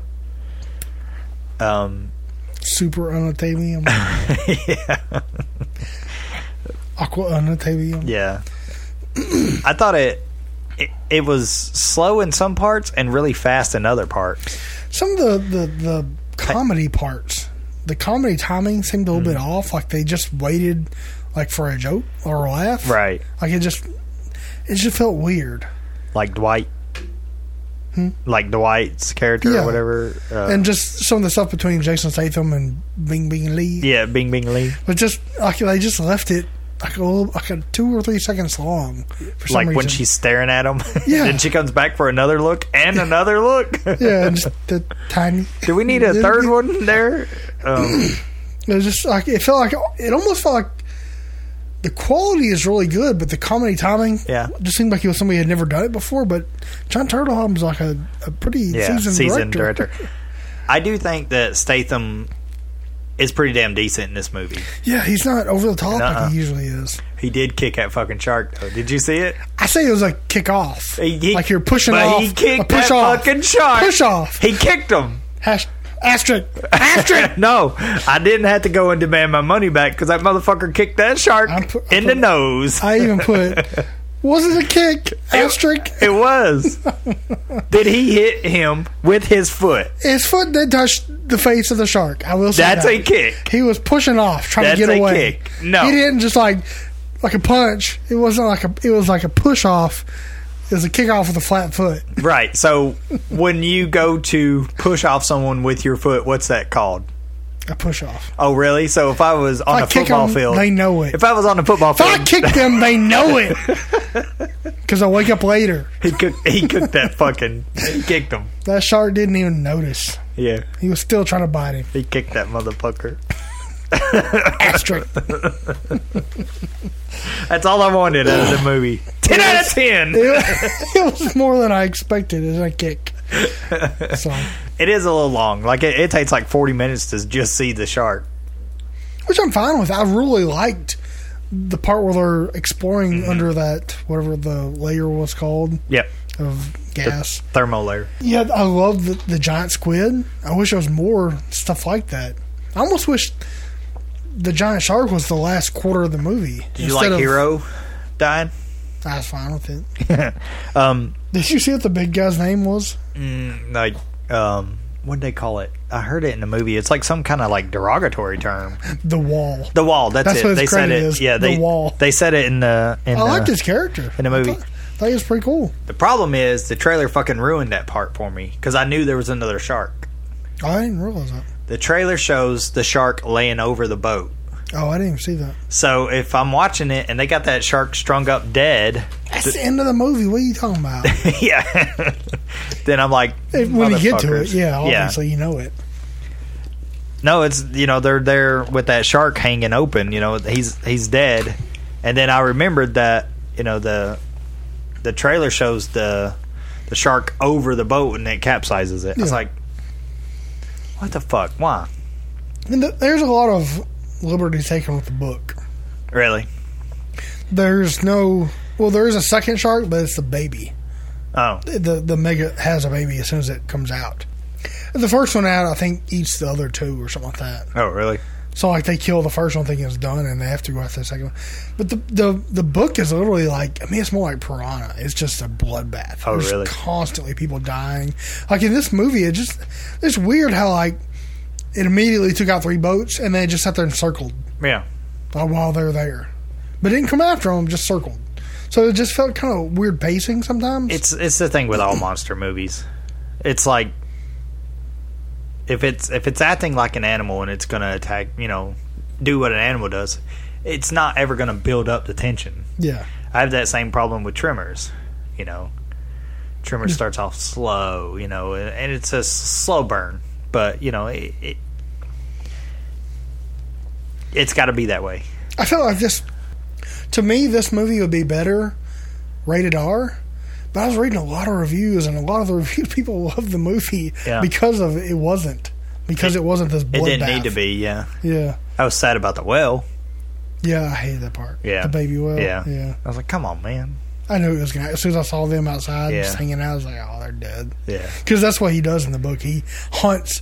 Speaker 5: um, [laughs]
Speaker 8: Super Unatalium. Aqua Unatalium.
Speaker 5: yeah, [clears throat] I thought it, it it was slow in some parts and really fast in other parts.
Speaker 8: Some of the, the, the comedy parts, the comedy timing seemed a
Speaker 5: Mm.
Speaker 8: little bit off. Like they just waited like for a joke or a laugh.
Speaker 5: Right,
Speaker 8: Like it just, it just felt weird.
Speaker 5: like Dwight. Like Dwight's character
Speaker 8: Hmm? Yeah.
Speaker 5: or whatever, uh,
Speaker 8: and just some of the stuff between Jason Statham and Bing Bing Lee.
Speaker 5: yeah, Bing Bing Lee,
Speaker 8: But just like they just left it like a little, like a two or three seconds long. For some
Speaker 5: like
Speaker 8: reason.
Speaker 5: when she's staring at him, [laughs]
Speaker 8: Yeah.
Speaker 5: then she comes back for another look and another look. [laughs]
Speaker 8: yeah, and just the tiny.
Speaker 5: Do we need a third one
Speaker 8: [laughs]
Speaker 5: there? Um,
Speaker 8: It was just like it felt like it almost felt like the quality is really good, but the comedy timing
Speaker 5: Yeah.
Speaker 8: just seemed like it was somebody who had never done it before. But John Turtleholm's like a, a pretty
Speaker 5: yeah,
Speaker 8: seasoned,
Speaker 5: seasoned
Speaker 8: director.
Speaker 5: director. I do think that Statham is pretty damn decent in this movie.
Speaker 8: Yeah, he's not over the top
Speaker 5: Nuh-uh.
Speaker 8: like he usually is.
Speaker 5: He did kick that fucking shark though. Did you see it?
Speaker 8: I say it was like kick off,
Speaker 5: He- he-
Speaker 8: like you're pushing
Speaker 5: but
Speaker 8: off.
Speaker 5: He
Speaker 8: a
Speaker 5: kicked
Speaker 8: push
Speaker 5: that
Speaker 8: off,
Speaker 5: fucking shark.
Speaker 8: push off.
Speaker 5: He kicked him. [laughs]
Speaker 8: Hash, asterisk, asterisk.
Speaker 5: No, I didn't have to go and demand my money back because that motherfucker kicked that shark
Speaker 8: I'm pu-
Speaker 5: in the nose.
Speaker 8: I even put was it a kick? Asterisk.
Speaker 5: it
Speaker 8: [laughs]
Speaker 5: was. did he hit him with his foot?
Speaker 8: His foot did touch the face of the shark. I will say
Speaker 5: That's
Speaker 8: that.
Speaker 5: a kick.
Speaker 8: He was pushing off, trying
Speaker 5: That's
Speaker 8: to get
Speaker 5: a
Speaker 8: away.
Speaker 5: kick. No.
Speaker 8: he didn't just like like a punch. It wasn't like a. It was like a push off. It was a kick off with a flat foot.
Speaker 5: Right. So when you go to push off someone with your foot, what's that called?
Speaker 8: A push off.
Speaker 5: Oh, really? So if I was on
Speaker 8: I
Speaker 5: a
Speaker 8: kick
Speaker 5: football
Speaker 8: them,
Speaker 5: field,
Speaker 8: they know it.
Speaker 5: If I was on a football
Speaker 8: If I
Speaker 5: field,
Speaker 8: kick them, they
Speaker 5: [laughs]
Speaker 8: know it. Because I wake up later.
Speaker 5: he cooked. He cooked that fucking. He kicked him.
Speaker 8: That shark didn't even notice.
Speaker 5: Yeah,
Speaker 8: He was still trying to bite him.
Speaker 5: he kicked that motherfucker.
Speaker 8: Asterisk. [laughs]
Speaker 5: That's all I wanted out of the
Speaker 8: [laughs]
Speaker 5: movie. Ten out of ten.
Speaker 8: it was more than I expected as a
Speaker 5: [laughs]
Speaker 8: kick. So,
Speaker 5: It is a little long. Like it, it takes like forty minutes to just see the shark.
Speaker 8: which I'm fine with. I really liked the part where they're exploring
Speaker 5: Mm-hmm.
Speaker 8: under that whatever the layer was called
Speaker 5: Yep.
Speaker 8: of gas.
Speaker 5: Thermal layer.
Speaker 8: Yeah, I love the, the giant squid. I wish there was more stuff like that. I almost wish the giant shark was the last quarter of the movie.
Speaker 5: Did you like Hero dying?
Speaker 8: I was fine with it.
Speaker 5: [laughs] Um,
Speaker 8: Did you see what the big guy's name was?
Speaker 5: like um, what do they call it? I heard it in the movie. It's like some kind of like derogatory term.
Speaker 8: The Wall.
Speaker 5: The wall. That's,
Speaker 8: That's
Speaker 5: it.
Speaker 8: what his
Speaker 5: they said
Speaker 8: credit
Speaker 5: it.
Speaker 8: is,
Speaker 5: Yeah,
Speaker 8: The
Speaker 5: they
Speaker 8: Wall.
Speaker 5: they said it in the. In
Speaker 8: I liked
Speaker 5: the,
Speaker 8: his character
Speaker 5: in the
Speaker 8: I
Speaker 5: movie.
Speaker 8: thought, thought he was pretty cool.
Speaker 5: The problem is the trailer fucking ruined that part for me because I knew there was another shark.
Speaker 8: I didn't realize that.
Speaker 5: The trailer shows the shark laying over the boat.
Speaker 8: Oh, I didn't even see that.
Speaker 5: So if I'm watching it and they got that shark strung up dead, [laughs]
Speaker 8: That's the end of the movie. What are you talking about?
Speaker 5: yeah, [laughs] then I'm like,
Speaker 8: If- when you get to it,
Speaker 5: motherfuckers.
Speaker 8: yeah, obviously you know it.
Speaker 5: No, it's you know they're there with that shark hanging open. You know he's he's dead, and then I remembered that you know the the trailer shows the the shark over the boat and it capsizes it. I was
Speaker 8: Yeah.
Speaker 5: like, what the fuck? Why?
Speaker 8: And th- there's a lot of liberty taken with the book.
Speaker 5: Really?
Speaker 8: There's no well, there is a second shark, but it's the baby.
Speaker 5: Oh,
Speaker 8: The the mega has a baby as soon as it comes out. The first one out, I think, eats the other two or something like that.
Speaker 5: oh, really?
Speaker 8: So like they kill the first one, thinking it's done, and they have to go after the second one. But the the the book is literally like I mean it's more like Piranha. It's just a bloodbath.
Speaker 5: Oh,
Speaker 8: There's
Speaker 5: really?
Speaker 8: Constantly people dying. Like in this movie, it just it's weird how like it immediately took out three boats and they just sat there and circled
Speaker 5: Yeah.
Speaker 8: uh, while they're there, but didn't come after them. Just circled. So it just felt kind of weird pacing sometimes.
Speaker 5: It's it's the thing with all monster movies. It's like if it's if it's acting like an animal and it's gonna attack, you know, do what an animal does, it's not ever gonna build up the tension.
Speaker 8: yeah.
Speaker 5: I have that same problem with Tremors. You know, Tremors starts off slow, you know, and- and it's a s- slow burn, but you know, it, it it's got to be that way.
Speaker 8: I felt like this. To me, this movie would be better rated R. But [laughs] I was reading a lot of reviews, and a lot of the review people loved the movie
Speaker 5: Yeah.
Speaker 8: because of it wasn't. because it, wasn't this.
Speaker 5: It didn't
Speaker 8: bloodbath.
Speaker 5: need to be. Yeah.
Speaker 8: Yeah.
Speaker 5: I was sad about the well.
Speaker 8: Yeah, I hated that part.
Speaker 5: Yeah.
Speaker 8: The baby well.
Speaker 5: Yeah.
Speaker 8: Yeah.
Speaker 5: I was like, come on, man.
Speaker 8: I knew it was gonna. As soon as I saw them outside
Speaker 5: Yeah.
Speaker 8: just hanging out, I was like, "Oh, they're dead."
Speaker 5: Yeah.
Speaker 8: because that's what he does in the book. He hunts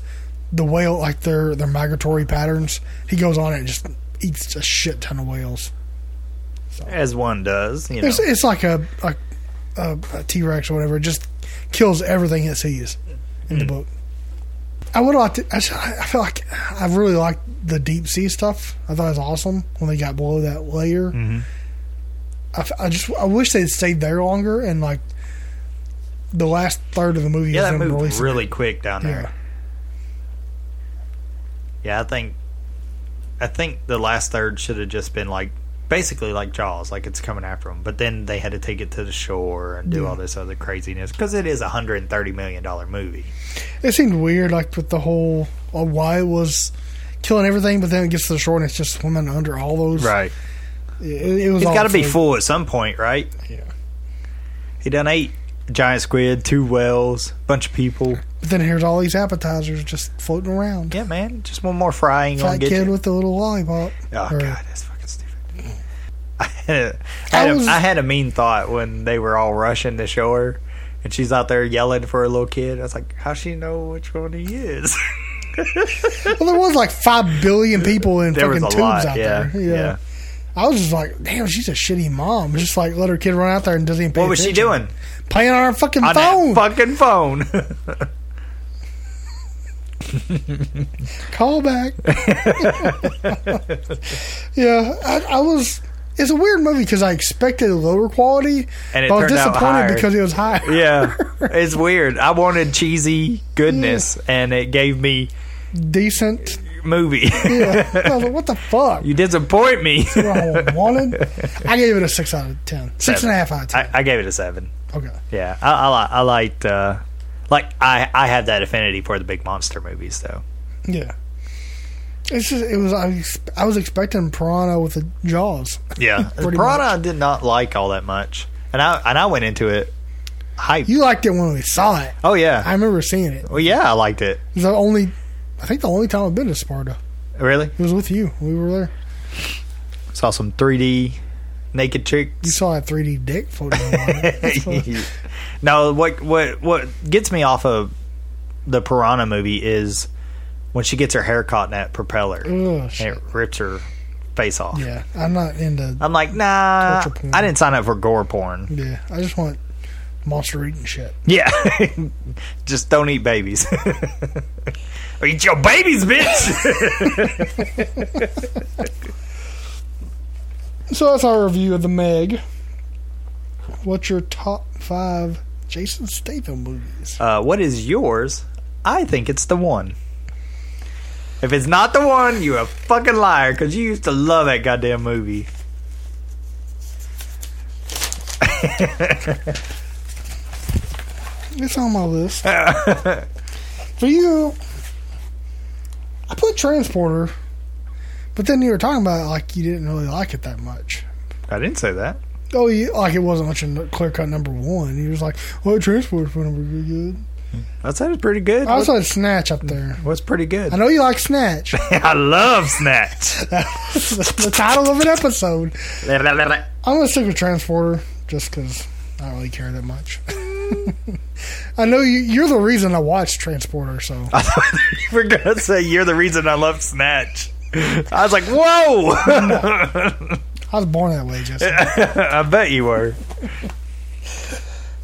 Speaker 8: the whale like their their migratory patterns. He goes on it and just eats a shit ton of whales.
Speaker 5: As one does, you know.
Speaker 8: It's it's like a a, a, a T Rex or whatever. It just kills everything it sees in
Speaker 5: Hmm.
Speaker 8: the book. I would like to. I, just- I feel like I really liked the deep sea stuff. I thought it was awesome when they got below that layer.
Speaker 5: Mm-hmm.
Speaker 8: I, f- I just I wish they'd stayed there longer and like the last third of the movie.
Speaker 5: yeah,
Speaker 8: is
Speaker 5: that
Speaker 8: them
Speaker 5: moved
Speaker 8: releasing it.
Speaker 5: really quick down there.
Speaker 8: Yeah.
Speaker 5: Yeah, I think I think the last third should have just been like basically like Jaws, like it's coming after them. But then they had to take it to the shore and do
Speaker 8: Yeah.
Speaker 5: all this other craziness because it is a hundred and thirty million dollar movie.
Speaker 8: It seemed weird, like with the whole uh, why it was killing everything, but then it gets to the shore and it's just swimming under all those. It, it was.
Speaker 5: he's got to be
Speaker 8: awful.
Speaker 5: full at some point, right?
Speaker 8: Yeah.
Speaker 5: He done ate giant squid, two whales, bunch of people.
Speaker 8: But then here's all these appetizers just floating around.
Speaker 5: Yeah, man, just one more frying on
Speaker 8: Fat
Speaker 5: get
Speaker 8: kid
Speaker 5: you.
Speaker 8: with the little lollipop.
Speaker 5: Oh
Speaker 8: Or-
Speaker 5: god, that's fucking stupid. [laughs] I had, a, I,
Speaker 8: I
Speaker 5: had a-
Speaker 8: was-
Speaker 5: I had a mean thought when they were all rushing to show her, and she's out there yelling for her little kid. I was like, "How she know which one he is?"
Speaker 8: [laughs]
Speaker 5: [laughs]
Speaker 8: Well, there was like five billion people in
Speaker 5: there
Speaker 8: fucking
Speaker 5: was a
Speaker 8: tubes
Speaker 5: lot.
Speaker 8: out
Speaker 5: yeah,
Speaker 8: there. Yeah.
Speaker 5: yeah.
Speaker 8: I was just like, damn, she's a shitty mom. Just like let her kid run out there and doesn't even. Pay
Speaker 5: What was she
Speaker 8: attention.
Speaker 5: doing
Speaker 8: Playing on her fucking
Speaker 5: on
Speaker 8: phone.
Speaker 5: that fucking phone? [laughs] [laughs]
Speaker 8: Call back. yeah, I, I was. It's a weird movie because I expected lower quality,
Speaker 5: And it
Speaker 8: but I was
Speaker 5: turned out
Speaker 8: disappointed
Speaker 5: higher.
Speaker 8: because it was high. [laughs]
Speaker 5: yeah, it's weird. I wanted cheesy goodness, and it gave me [laughs]
Speaker 8: Decent.
Speaker 5: movie.
Speaker 8: Yeah. I was like, what the fuck?
Speaker 5: you disappoint me. [laughs]
Speaker 8: What I wanted. I gave it a six out of ten. Six and a half
Speaker 5: I,
Speaker 8: out
Speaker 5: I gave it a seven.
Speaker 8: of ten. okay.
Speaker 5: Yeah, I, I, li- I liked, uh, like, I, I have that affinity for the big monster movies, though.
Speaker 8: Yeah. It's just it was I, was- I was expecting Piranha with the jaws.
Speaker 5: Yeah,
Speaker 8: Pretty
Speaker 5: Piranha I did not like all that much, and I and I went into it hype.
Speaker 8: You liked it when we saw it.
Speaker 5: oh yeah,
Speaker 8: I remember seeing it. It
Speaker 5: well yeah, I liked it.
Speaker 8: was the only, I think the only time I've been to Sparta.
Speaker 5: Really,
Speaker 8: It was with you. We were there.
Speaker 5: saw some 3D naked
Speaker 8: You
Speaker 5: chicks.
Speaker 8: saw a 3D dick floating
Speaker 5: [laughs]
Speaker 8: around. That's what-
Speaker 5: no, what what what gets me off of the Piranha movie is when she gets her hair caught in that propeller,
Speaker 8: Ugh,
Speaker 5: and
Speaker 8: shit.
Speaker 5: it rips her face off.
Speaker 8: Yeah, I'm not into.
Speaker 5: I'm like, nah,
Speaker 8: Torture porn.
Speaker 5: I didn't sign up for gore porn.
Speaker 8: Yeah, I just want monster eating shit.
Speaker 5: Yeah. [laughs] Just don't eat babies. [laughs] Or eat your babies, bitch. [laughs]
Speaker 8: So that's our review of the Meg. What's your top five Jason Statham movies?
Speaker 5: uh, what is yours? I think it's the one. If it's not the one, you a fucking liar because you used to love that goddamn movie.
Speaker 8: It's on my list. For you, I put Transporter, but then you were talking about it like you didn't really like it that much.
Speaker 5: I didn't say that.
Speaker 8: Oh, you, like it wasn't much a clear cut number one. You was like, "Oh, "Well, Transporter's pretty good."
Speaker 5: I said it's pretty good.
Speaker 8: I
Speaker 5: What's,
Speaker 8: also had Snatch up there.
Speaker 5: what's pretty good?
Speaker 8: I know you like
Speaker 5: [laughs]
Speaker 8: Snatch.
Speaker 5: I love Snatch. [laughs]
Speaker 8: the title of an episode. I'm gonna stick with Transporter just because I don't really care that much. [laughs] I know you, you're the reason I watched Transporter, so
Speaker 5: We're gonna say you're the reason I love Snatch. I was like, whoa! [laughs]
Speaker 8: I was born that way. Just
Speaker 5: I bet you were.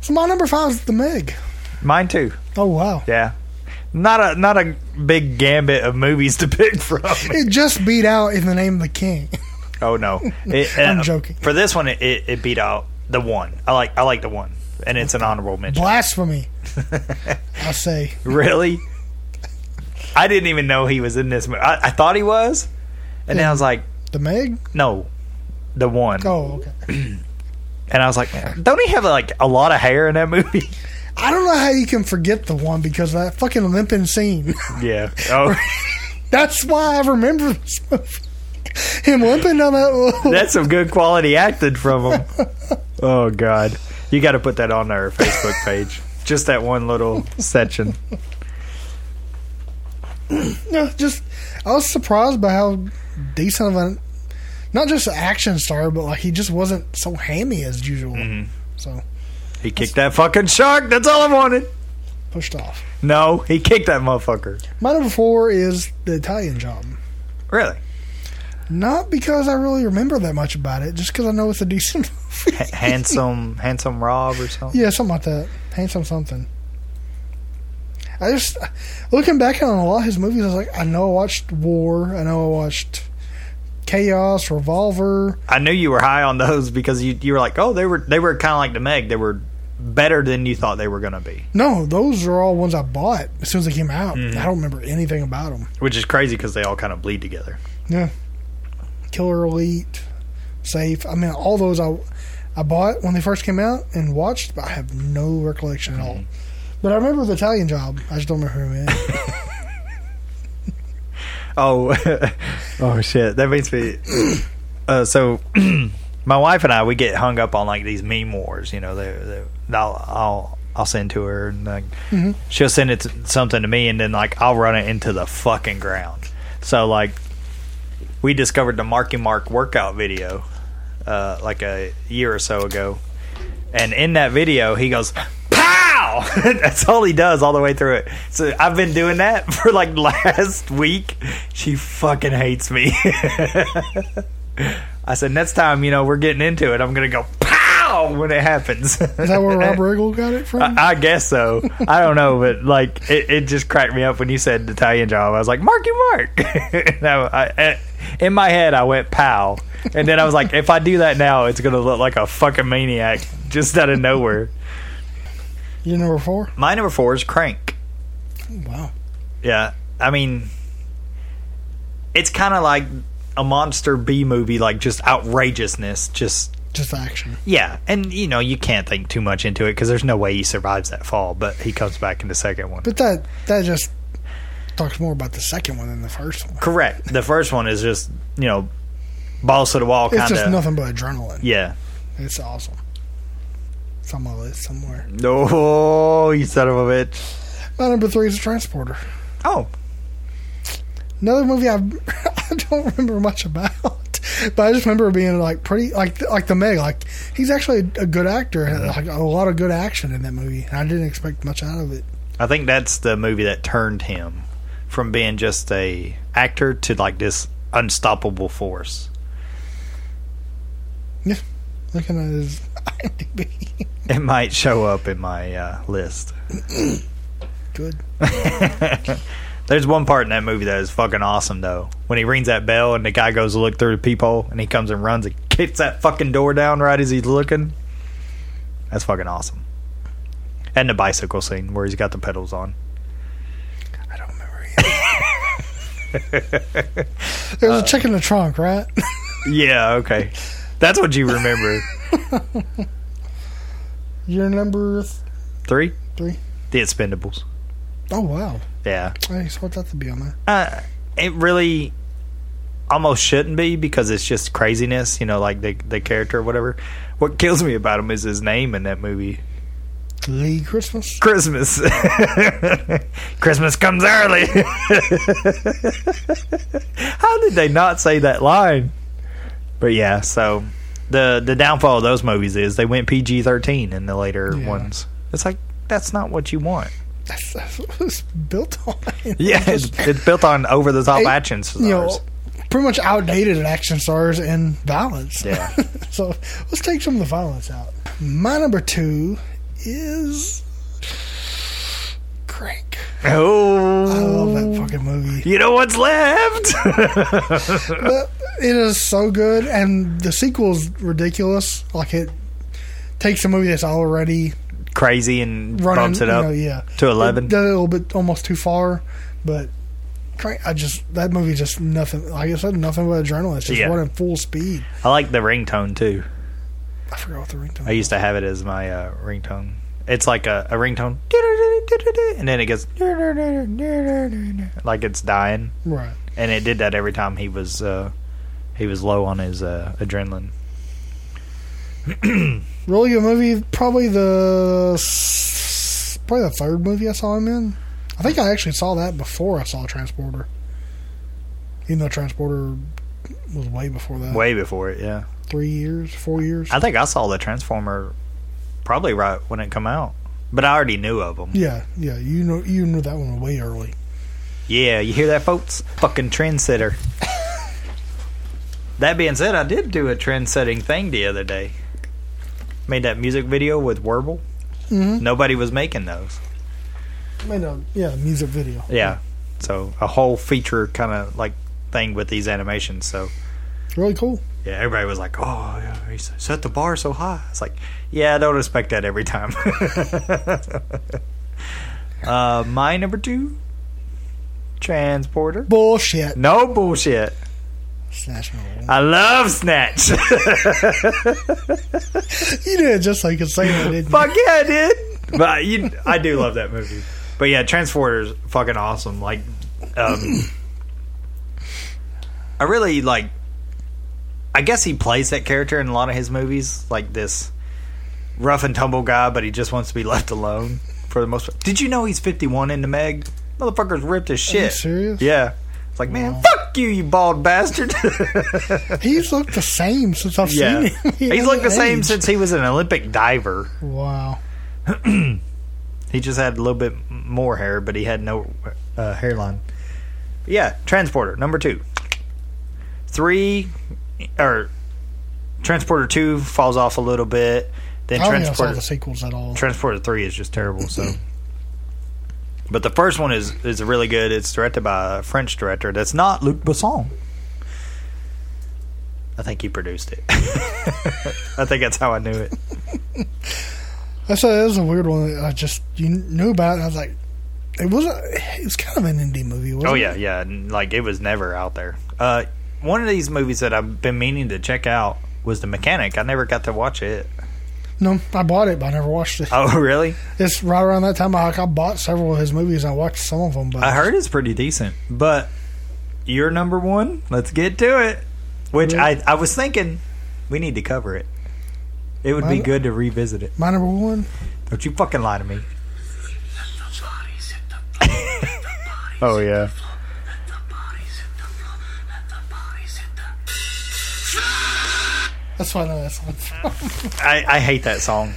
Speaker 8: so my number five is the Meg.
Speaker 5: Mine too.
Speaker 8: Oh wow,
Speaker 5: Yeah. Not a not a big gambit of movies to pick from.
Speaker 8: it just beat out in the name of the King. [laughs]
Speaker 5: oh no, It-
Speaker 8: I'm
Speaker 5: uh,
Speaker 8: joking.
Speaker 5: For this one, it, it, it beat out the one. I like I like the one, and it's an honorable mention.
Speaker 8: Blasphemy, I say.
Speaker 5: Really, I didn't even know he was in this movie. I, I thought he was, and then I was like,
Speaker 8: The Meg.
Speaker 5: no, the one.
Speaker 8: Oh okay.
Speaker 5: And I was like, don't he have like a lot of hair in that movie? [laughs]
Speaker 8: I don't know how you can forget the one because of that fucking limping scene. [laughs]
Speaker 5: yeah. Oh,
Speaker 8: That's why I remember this movie. [laughs] him limping down that little [laughs]
Speaker 5: that's some good quality acting from him. Oh God, you got to put that on our Facebook page. Just that one little section.
Speaker 8: no, just I was surprised by how decent of a not just an action star, but like he just wasn't so hammy as usual. So
Speaker 5: He kicked that fucking shark. That's all I wanted.
Speaker 8: pushed off.
Speaker 5: No, he kicked that motherfucker.
Speaker 8: My number four is the Italian job.
Speaker 5: Really?
Speaker 8: Not because I really remember that much about it, just because I know it's a [laughs] decent movie.
Speaker 5: H- handsome, handsome Rob or something.
Speaker 8: Yeah, something like that. Handsome something. I just looking back on a lot of his movies, I was like, I know I watched War, I know I watched Chaos, Revolver.
Speaker 5: I knew you were high on those because you you were like, oh, they were they were kind of like the Meg. They were better than you thought they were gonna be,
Speaker 8: No, those are all ones I bought as soon as they came out. I don't remember anything about them.
Speaker 5: which is crazy because they all kind of bleed together.
Speaker 8: Yeah, Killer Elite, Safe. I mean, all those I I bought when they first came out and watched, but I have no recollection at
Speaker 5: Mm-hmm.
Speaker 8: all. But I remember the Italian Job. I just don't remember who it is.
Speaker 5: Oh, [laughs] oh shit! That makes me. [clears throat] Uh, so, [clears throat] my wife and I we get hung up on like these meme wars. You know, they, they, I'll, I'll I'll send to her, and like, she'll send it to, something to me, and then like I'll run it into the fucking ground. So like, we discovered the Marky Mark workout video, uh, like a year or so ago, and in that video he goes. Pow! [laughs] That's all he does all the way through it. So I've been doing that [laughs] for like last week. She fucking hates me. [laughs] I said, next time, you know, we're getting into it. I'm gonna go pow when it happens. [laughs]
Speaker 8: Is that where Rob Riggle got it from?
Speaker 5: I guess so. I don't know, but like it, it just cracked me up when you said Italian job. I was like, Marky Mark. [laughs] no, I, I- in my head, I went pow, and then I was like, if I do that now, it's gonna look like a fucking maniac just out of nowhere.
Speaker 8: You're number four.
Speaker 5: My number four is Crank.
Speaker 8: Wow.
Speaker 5: Yeah, I mean, it's kind of like a monster B movie, like just outrageousness, just
Speaker 8: Just action.
Speaker 5: Yeah, and you know you can't think too much into it because there's no way he survives that fall, but he comes back in the second one.
Speaker 8: But that that just talks more about the second one than the first one.
Speaker 5: Correct. The first one is just you know balls to the wall
Speaker 8: It's
Speaker 5: kind
Speaker 8: just
Speaker 5: of.
Speaker 8: nothing but adrenaline.
Speaker 5: Yeah.
Speaker 8: It's awesome. It's on my list somewhere.
Speaker 5: Oh, you son of a bitch!
Speaker 8: My number three is a transporter.
Speaker 5: Oh,
Speaker 8: Another movie I [laughs] I don't remember much about, but I just remember being like pretty like like the Meg. Like he's actually a good actor. and, Like a lot of good action in that movie. And I didn't expect much out of it. [laughs]
Speaker 5: I think that's the movie that turned him from being just a actor to like this unstoppable force.
Speaker 8: Yeah, looking at his [laughs] IMDb,
Speaker 5: It might show up in my uh, list.
Speaker 8: good.
Speaker 5: There's one part in that movie that is fucking awesome though. When he rings that bell and the guy goes to look through the peephole and he comes and runs and kicks that fucking door down right as he's looking. That's fucking awesome. And the bicycle scene where he's got the pedals on.
Speaker 8: I don't remember. either. There's
Speaker 5: Uh,
Speaker 8: a chick in the trunk, right? [laughs]
Speaker 5: Yeah, okay. That's what you remember.
Speaker 8: Your number th-
Speaker 5: Three?
Speaker 8: three.
Speaker 5: The expendables.
Speaker 8: Oh wow!
Speaker 5: Yeah.
Speaker 8: I expect that to be on there.
Speaker 5: uh, it really almost shouldn't be because it's just craziness, you know, like the the character or whatever. What kills me about him is his name in that movie,
Speaker 8: Lee Christmas. [laughs]
Speaker 5: Christmas. [laughs] Christmas comes early. [laughs] How did they not say that line? But yeah, so the the downfall of those movies is they went PG thirteen in the later
Speaker 8: Yeah.
Speaker 5: ones. It's like that's not what you want.
Speaker 8: That's, that's what it's built on. [laughs]
Speaker 5: Yeah, it's, it's built on over the top
Speaker 8: Hey,
Speaker 5: action stars.
Speaker 8: you know, pretty much outdated at action stars and violence. [laughs]
Speaker 5: Yeah.
Speaker 8: so let's take some of the violence out. My number two is Crank.
Speaker 5: oh,
Speaker 8: I love that fucking movie.
Speaker 5: you know what's left. [laughs]
Speaker 8: It is so good, and the sequel's ridiculous. Like it takes a movie that's already
Speaker 5: Crazy and
Speaker 8: running,
Speaker 5: bumps it
Speaker 8: you
Speaker 5: up
Speaker 8: know, yeah,
Speaker 5: to
Speaker 8: It
Speaker 5: eleven.
Speaker 8: does it a little bit almost too far, but Crank. I just that movie just nothing. Like I said, nothing but adrenaline. It's just
Speaker 5: Yeah.
Speaker 8: running full speed.
Speaker 5: I like the ringtone too.
Speaker 8: I forgot what the ringtone.
Speaker 5: I used to have it as my uh, ringtone. It's like a, a ringtone, [laughs] and then it gets [laughs] like it's dying,
Speaker 8: Right.
Speaker 5: and it did that every time he was uh, he was low on his uh, adrenaline.
Speaker 8: Really good movie. Probably the s- probably the third movie I saw him in. I think I actually saw that before I saw Transporter. Even though Transporter was way before that.
Speaker 5: Way before it, yeah.
Speaker 8: Three years, four years.
Speaker 5: I think I saw the Transformer probably right when it come out, but I already knew of them.
Speaker 8: Yeah, yeah. You know, you knew that one way early.
Speaker 5: Yeah, you hear that, folks? Fucking trendsetter. that being said, I did do a trendsetting thing the other day. Made that music video with Werble.
Speaker 8: Mhm.
Speaker 5: Nobody was making those.
Speaker 8: I mean, uh, yeah, music video.
Speaker 5: Yeah. So a whole feature kind of like thing with these animations. So
Speaker 8: Really cool.
Speaker 5: yeah, everybody was like, "Oh, yeah, he set the bar so high." It's like, yeah, I don't expect that every time. [laughs] uh, my number two, transporter.
Speaker 8: Bullshit.
Speaker 5: No bullshit.
Speaker 8: Snatch number one.
Speaker 5: I love [laughs] Snatch.
Speaker 8: You did it just so you could say that, didn't you?
Speaker 5: Fuck yeah, I did. But you, I do love that movie. But yeah, Transporters fucking awesome. Like, um, I really like. I guess he plays that character in a lot of his movies, like this rough and tumble guy, but he just wants to be left alone for the most. part. Did you know he's fifty one in the Meg? Motherfucker's ripped as shit.
Speaker 8: serious?
Speaker 5: Yeah. It's like, man, fuck you, you bald bastard. [laughs]
Speaker 8: He's looked the same since I've
Speaker 5: yeah.
Speaker 8: seen him. He
Speaker 5: He's looked the
Speaker 8: hasn't
Speaker 5: same
Speaker 8: aged.
Speaker 5: since he was an Olympic diver.
Speaker 8: Wow.
Speaker 5: He just had a little bit more hair, but he had no uh, hairline. Yeah, transporter number two, three, or transporter two falls off a little bit. Then
Speaker 8: Oh, I don't think I saw
Speaker 5: transporter
Speaker 8: the sequels at all.
Speaker 5: transporter three is just terrible. So, but the first one is is really good. It's directed by a French director that's not Luc Besson. I think he produced it. [laughs] I think that's how I knew it.
Speaker 8: That's a, that was a weird one. that I just you knew about. It and I was like, it wasn't. It was kind of an indie movie. Wasn't
Speaker 5: Oh
Speaker 8: it?
Speaker 5: yeah, yeah. and, Like it was never out there. Uh, one of these movies that I've been meaning to check out was The Mechanic. I never got to watch it. [laughs]
Speaker 8: No, I bought it, but I never watched it.
Speaker 5: Oh really?
Speaker 8: It's right around that time. I, like, I bought several of his movies. and I watched some of them, but
Speaker 5: I heard it's pretty decent. But your number one. Let's get to it. Which I I was thinking we need to cover it. It would be
Speaker 8: Mine-
Speaker 5: good to revisit it.
Speaker 8: my number one.
Speaker 5: Don't you fucking lie to me. oh yeah.
Speaker 8: That's why I know that's one.
Speaker 5: I, I hate that song.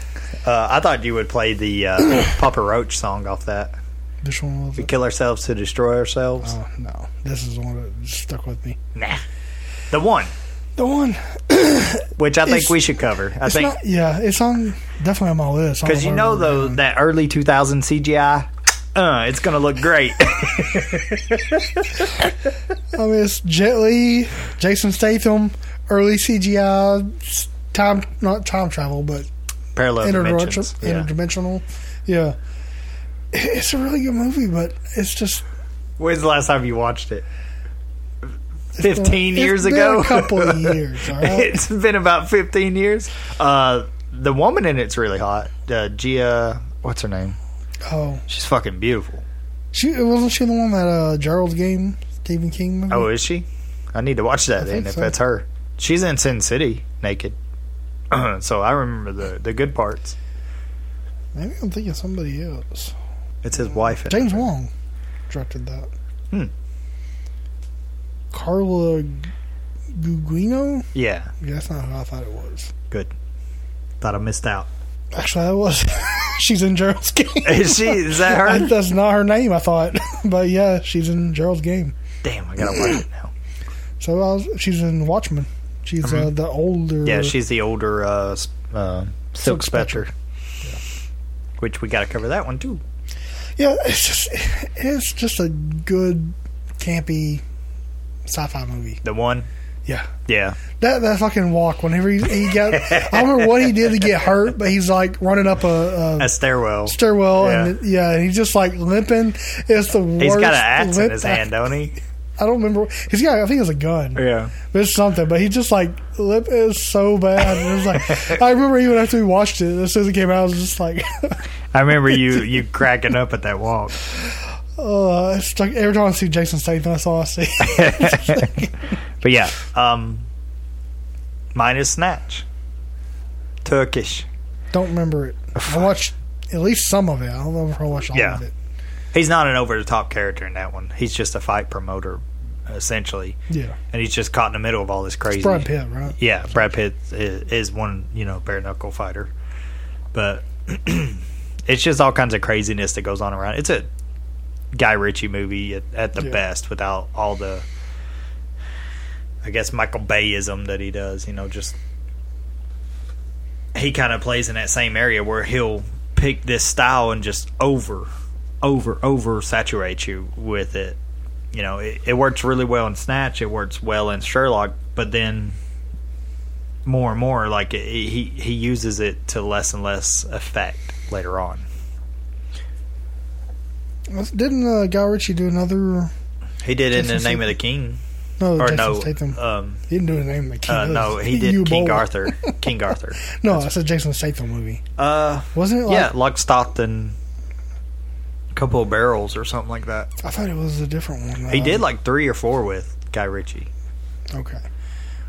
Speaker 5: Uh, I thought you would play the uh, [coughs] Papa Roach song off that.
Speaker 8: [laughs] This one was
Speaker 5: We
Speaker 8: it?
Speaker 5: kill ourselves to destroy ourselves.
Speaker 8: Oh, no, this is the one that stuck with me.
Speaker 5: Nah. The one,
Speaker 8: The one.
Speaker 5: which I think
Speaker 8: It's-
Speaker 5: we should cover. I
Speaker 8: It's
Speaker 5: think
Speaker 8: not. Mm. Yeah, it's on definitely on my list. I don't
Speaker 5: because you know
Speaker 8: if I've
Speaker 5: though
Speaker 8: ever-
Speaker 5: that early 2000 CGI, uh, it's gonna look
Speaker 8: [laughs]
Speaker 5: great.
Speaker 8: I mean, it's Jet Li, Jason Statham, early CGI, s- time not time travel, but
Speaker 5: Parallel dimensions.
Speaker 8: interdimensional.
Speaker 5: Yeah.
Speaker 8: Interdimensional. Yeah. It's a really good movie, but it's just
Speaker 5: When's the last time you watched it? Fifteen
Speaker 8: It's
Speaker 5: years
Speaker 8: been
Speaker 5: ago. [laughs]
Speaker 8: A couple of years. All right?
Speaker 5: it's been about 15 years. Uh, the woman in it's really hot. Uh, Gia, what's her name?
Speaker 8: oh,
Speaker 5: She's fucking beautiful.
Speaker 8: she wasn't she the one that uh, Gerald's game Stephen King movie?
Speaker 5: Oh, is she? I need to watch that then
Speaker 8: Mm. think
Speaker 5: if
Speaker 8: so.
Speaker 5: that's her. She's in Sin City naked. [clears throat] so I remember the, the good parts.
Speaker 8: Maybe I'm thinking somebody else.
Speaker 5: It's his wife. in it.
Speaker 8: James Wong directed that.
Speaker 5: Hmm.
Speaker 8: Carla Gugino.
Speaker 5: Yeah,
Speaker 8: Yeah, that's not who I thought it was.
Speaker 5: good. Thought I missed
Speaker 8: [laughs]
Speaker 5: out. [laughs]
Speaker 8: Actually, that was. [laughs] she's in Gerald's game.
Speaker 5: Is she? Is
Speaker 8: [laughs]
Speaker 5: that
Speaker 8: I-
Speaker 5: her?
Speaker 8: That's not her name, I thought. [laughs] but yeah, she's in Gerald's game.
Speaker 5: Damn, I gotta watch it now.
Speaker 8: So I was, she's in Watchmen. She's uh, the older.
Speaker 5: Mm-hmm. Yeah, she's the older uh, s- uh, Silk
Speaker 8: Silk
Speaker 5: Spectre.
Speaker 8: Spectre.
Speaker 5: Which we gotta cover that one too.
Speaker 8: Yeah, it's just it's just a good campy sci-fi movie.
Speaker 5: The one.
Speaker 8: Yeah,
Speaker 5: Yeah.
Speaker 8: that that fucking walk whenever he, he got. I don't remember what he did to get hurt, but he's like running up a. a
Speaker 5: A stairwell.
Speaker 8: Stairwell
Speaker 5: Yeah.
Speaker 8: and yeah, and he's just like limping. It's the worst.
Speaker 5: He's got an axe in
Speaker 8: limp-
Speaker 5: his hand, don't he?
Speaker 8: I don't remember. He's got. I think it's a gun.
Speaker 5: Yeah.
Speaker 8: But it's something. But he just like lip is so bad. And it was like I remember even after we watched it, as soon as it came out, I was just like, [laughs]
Speaker 5: I remember you you cracking up at that walk.
Speaker 8: uh, it's like every time I see Jason Statham, that's all I see. [laughs]
Speaker 5: But yeah, um, mine is Snatch. Turkish.
Speaker 8: don't remember it. I watched at least some of it. I don't know if I watched all
Speaker 5: Yeah.
Speaker 8: of it.
Speaker 5: He's not an over the top character in that one. He's just a fight promoter, essentially.
Speaker 8: Yeah.
Speaker 5: And he's just caught in the middle of all this crazy.
Speaker 8: Brad Pitt, right?
Speaker 5: Yeah, Brad Pitt i- is one, you know, bare knuckle fighter. But [clears throat] it's just all kinds of craziness that goes on around. It's a Guy Ritchie movie at, at the
Speaker 8: Yeah.
Speaker 5: best without all the, I guess, Michael Bayism that he does, you know, just he kind of plays in that same area where he'll pick this style and just over, over, over saturate you with it. You know, it, it works really well in Snatch. It works well in Sherlock, but then more and more, like it, he he uses it to less and less effect later on.
Speaker 8: Didn't uh, Guy Ritchie do another?
Speaker 5: He did in
Speaker 8: Jason
Speaker 5: the name
Speaker 8: Statham.
Speaker 5: of the King,
Speaker 8: No,
Speaker 5: or
Speaker 8: Jason
Speaker 5: no,
Speaker 8: Statham.
Speaker 5: um,
Speaker 8: He didn't do the name of the King.
Speaker 5: uh,
Speaker 8: That
Speaker 5: no,
Speaker 8: was
Speaker 5: he did
Speaker 8: you
Speaker 5: King
Speaker 8: boy.
Speaker 5: Arthur. King
Speaker 8: [laughs]
Speaker 5: Arthur.
Speaker 8: No, that's a Jason Statham movie.
Speaker 5: Uh,
Speaker 8: Wasn't it like-
Speaker 5: yeah, like Stockton, a couple of barrels or something like that.
Speaker 8: I thought it was a different one.
Speaker 5: He
Speaker 8: Uh,
Speaker 5: did like three or four with Guy Ritchie.
Speaker 8: Okay.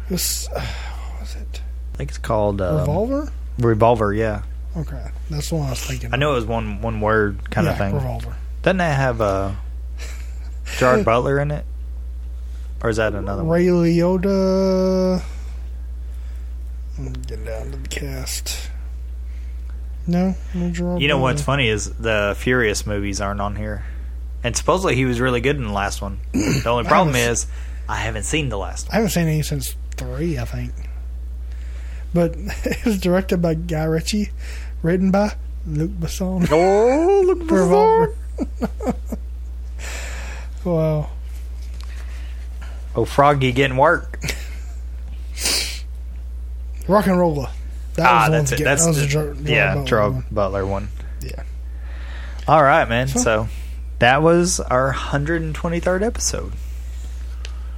Speaker 8: It was, [sighs] uh, what was it?
Speaker 5: I think it's called um,
Speaker 8: Revolver?
Speaker 5: Revolver, yeah.
Speaker 8: Okay. That's the one I was thinking.
Speaker 5: I know it was one one word kind
Speaker 8: yeah,
Speaker 5: of thing.
Speaker 8: Revolver.
Speaker 5: Doesn't that have uh,
Speaker 8: [laughs]
Speaker 5: Gerard Butler in it, or is that another one?
Speaker 8: Ray Liotta. Let me Get down to the cast. No, no Gerard
Speaker 5: You know
Speaker 8: Butler.
Speaker 5: what's funny is the Furious movies aren't on here, and supposedly he was really good in the last
Speaker 8: [clears throat]
Speaker 5: one. The only problem
Speaker 8: haven't
Speaker 5: is I haven't seen the last
Speaker 8: I haven't seen any since three, I think. But [laughs] it was directed by Guy Ritchie, written by Luke Besson.
Speaker 5: Oh,
Speaker 8: [laughs]
Speaker 5: Luke
Speaker 8: Revolver. [laughs] wow.
Speaker 5: one. Oh, Froggy getting work.
Speaker 8: Rock and Roller. That
Speaker 5: ah,
Speaker 8: the one
Speaker 5: that's
Speaker 8: to
Speaker 5: it.
Speaker 8: get-
Speaker 5: That's
Speaker 8: that was
Speaker 5: the,
Speaker 8: the Ger-
Speaker 5: yeah,
Speaker 8: Gerard Butler
Speaker 5: Gerard
Speaker 8: one.
Speaker 5: Butler one.
Speaker 8: Yeah.
Speaker 5: All right, man. So that was our 123rd episode.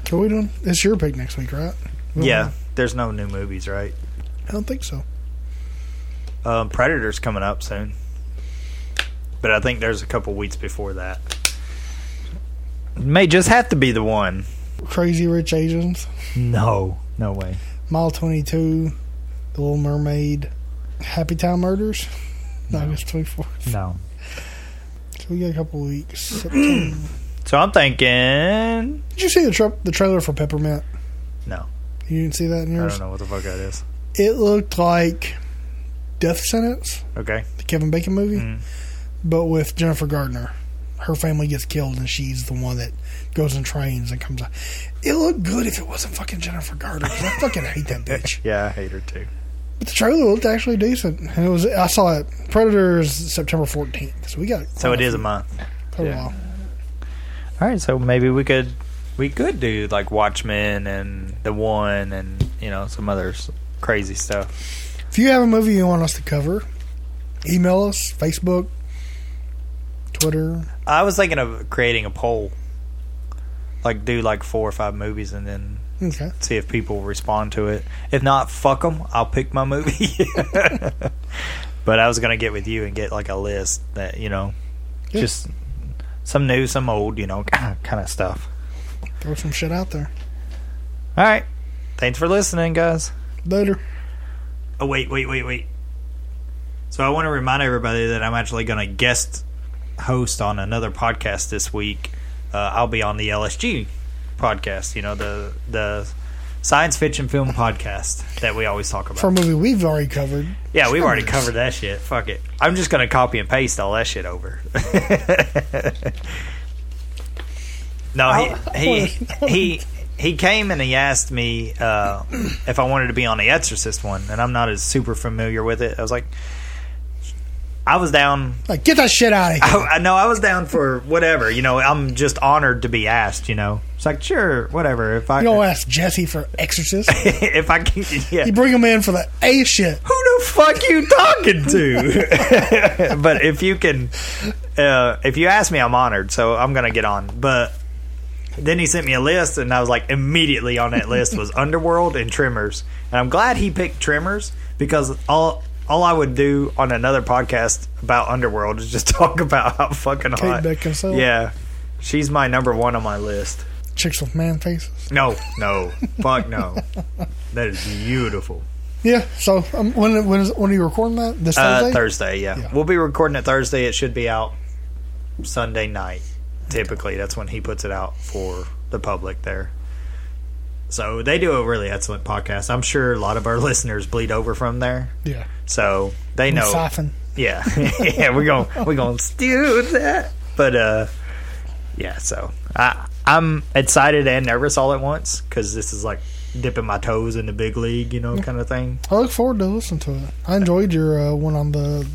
Speaker 8: Can we do? It's your pick next week, right? We'll-
Speaker 5: Yeah, there's no new movies, right?
Speaker 8: I don't think so.
Speaker 5: Um, Predator's coming up soon, but I think there's a couple weeks before that. May just have to be the one.
Speaker 8: Crazy Rich Asians,
Speaker 5: No, no way.
Speaker 8: Mile 22, The Little Mermaid, Happy Time Murders, August 24th.
Speaker 5: No.
Speaker 8: So we got a couple weeks. [clears throat] September.
Speaker 5: So I'm thinking.
Speaker 8: Did you see the, tra- the trailer for Peppermint?
Speaker 5: No,
Speaker 8: You didn't see that in
Speaker 5: I
Speaker 8: yours?
Speaker 5: don't know what the fuck that is.
Speaker 8: It looked like Death Sentence,
Speaker 5: Okay.
Speaker 8: the Kevin Bacon movie,
Speaker 5: Mm-hmm.
Speaker 8: but with Jennifer Gardner. Her family gets killed, and she's the one that goes and trains and comes out. It looked good if it wasn't fucking Jennifer Gardner. 'cause I fucking hate that bitch.
Speaker 5: Yeah, I hate her too.
Speaker 8: But the trailer looked actually decent. And it was I saw it. Predator is September fourteenth, so we got
Speaker 5: So it is a month.
Speaker 8: quite a
Speaker 5: yeah.
Speaker 8: while.
Speaker 5: All right, so maybe we could we could do like Watchmen and The One and you know some other s- crazy stuff.
Speaker 8: If you have a movie you want us to cover, email us, Facebook, Twitter.
Speaker 5: I was thinking of creating a poll, like do like four or five movies and then
Speaker 8: Okay,
Speaker 5: see if people respond to it. If not, fuck them. I'll pick my movie. [laughs] but I was gonna get with you and get like a list that you know,
Speaker 8: Yeah.
Speaker 5: just some new, some old, you know, [laughs] kind of stuff.
Speaker 8: throw some shit out there.
Speaker 5: All right, thanks for listening, guys.
Speaker 8: Later.
Speaker 5: Oh wait, wait, wait, wait. So I want to remind everybody that I'm actually going to guest host on another podcast this week. Uh, I'll be on the LSG podcast, you know the the science fiction film podcast that we always talk about.
Speaker 8: For a movie we've already covered.
Speaker 5: yeah, we've already
Speaker 8: Tremors.
Speaker 5: covered that shit. Fuck it. I'm just going to copy and paste all that shit over. [laughs] no,
Speaker 8: Oh,
Speaker 5: he he he. He came and he asked me uh, if I wanted to be on the Exorcist one, and I'm not as super familiar with it. I was like, I was
Speaker 8: [laughs]
Speaker 5: down.
Speaker 8: Like, get that shit out of here.
Speaker 5: I, I know I was down for whatever. You know, I'm just honored to be asked. You know, it's like sure, whatever. If I
Speaker 8: You don't ask Jesse for Exorcist.
Speaker 5: [laughs]
Speaker 8: [laughs]
Speaker 5: if I can, yeah.
Speaker 8: you bring him in for the A shit.
Speaker 5: who the fuck you talking to? [laughs] but if you can, uh, if you ask me, I'm honored. So I'm gonna get on. But then he sent me a list, and I was like, immediately on that list [laughs] was Underworld and Tremors, and I'm glad he picked Tremors because all. All I would do on another podcast about Underworld is just [laughs] talk about how fucking hot.
Speaker 8: Beckinsale?
Speaker 5: Yeah, she's my number one on my list.
Speaker 8: Chicks with man faces.
Speaker 5: No, no, fuck [laughs] no. That is beautiful.
Speaker 8: Yeah. So um, when when is when are you recording that? This
Speaker 5: Uh,
Speaker 8: Thursday.
Speaker 5: Thursday, yeah.
Speaker 8: Yeah.
Speaker 5: We'll be recording it Thursday. It should be out Sunday night. Typically, that's when he puts it out for the public there. So they do a really excellent podcast. I'm sure a lot of our [laughs] listeners bleed over from there.
Speaker 8: Yeah.
Speaker 5: So they
Speaker 8: We
Speaker 5: know.
Speaker 8: siphon.
Speaker 5: [laughs] Yeah, yeah, we're going to we're going to do that. But uh, yeah. So I I'm excited and nervous all at once because this is like dipping my toes in the big league, you know, kind of thing.
Speaker 8: I look forward to listening to it. I enjoyed your uh, one on the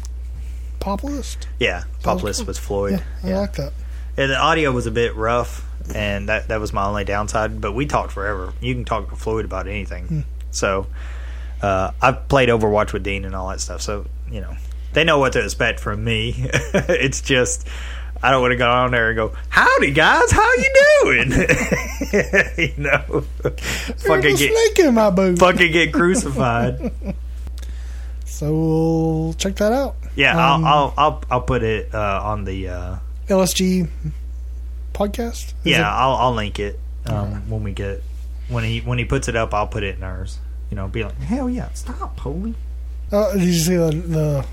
Speaker 8: pop list.
Speaker 5: Yeah, pop list was Floyd.
Speaker 8: Yeah, I like that.
Speaker 5: Yeah, the audio was a bit rough, and that that was my only downside. But we talked forever. You can talk to Floyd about anything.
Speaker 8: Hmm.
Speaker 5: So uh, I've played Overwatch with Dean and all that stuff. So you know they know what to expect from me. [laughs] it's just I don't want to go on there and go, "Howdy guys, how you doing?" [laughs] you
Speaker 8: [laughs]
Speaker 5: know, fucking
Speaker 8: There's a
Speaker 5: get
Speaker 8: snake in my boot.
Speaker 5: fucking get
Speaker 8: [laughs]
Speaker 5: crucified.
Speaker 8: So we'll check that out.
Speaker 5: Yeah,
Speaker 8: Um,
Speaker 5: I'll, I'll I'll I'll put it uh, on the. Uh,
Speaker 8: LSG podcast. Is
Speaker 5: yeah,
Speaker 8: it-
Speaker 5: I'll I'll link it um, when we get when he when he puts it up. I'll put it in ours. You know, be like, hell yeah, stop, holy.
Speaker 8: Uh, did you see the, the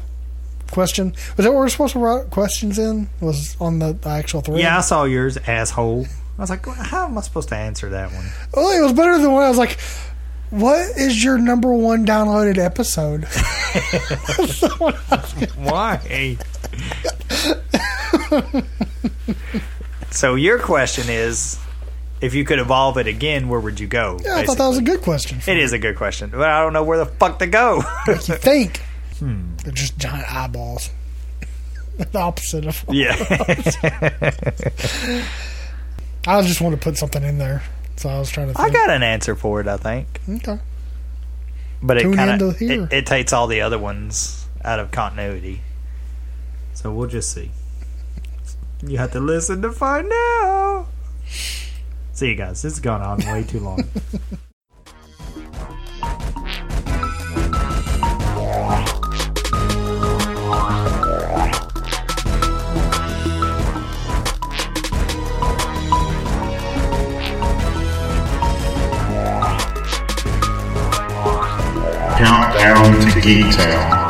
Speaker 8: question? Was that what we're supposed to write questions in? Was on the actual thread?
Speaker 5: Yeah, I saw yours, asshole. I was like, how am I supposed to answer that one?
Speaker 8: Oh, it was better than when I was like, "What is your number one downloaded
Speaker 5: [laughs]
Speaker 8: episode?"
Speaker 5: Why? [laughs] so your question is, if you could evolve it again, where would you go?
Speaker 8: Yeah, I thought that was a good question.
Speaker 5: It is a good question, but I don't know where the fuck to go. [laughs]
Speaker 8: Like you think
Speaker 5: Hmm.
Speaker 8: they're just giant eyeballs. [laughs] the opposite of [laughs]
Speaker 5: yeah.
Speaker 8: I just wanted to put something in there, so I was trying to.
Speaker 5: I
Speaker 8: Think.
Speaker 5: got an answer for it, I think.
Speaker 8: Okay.
Speaker 5: But it
Speaker 8: Tune
Speaker 5: kind
Speaker 8: into
Speaker 5: of
Speaker 8: here.
Speaker 5: it, it takes all the other ones out of continuity. So we'll just see. You have to listen to find out. See you guys. This has gone on way too long.
Speaker 12: Countdown to Geek Town.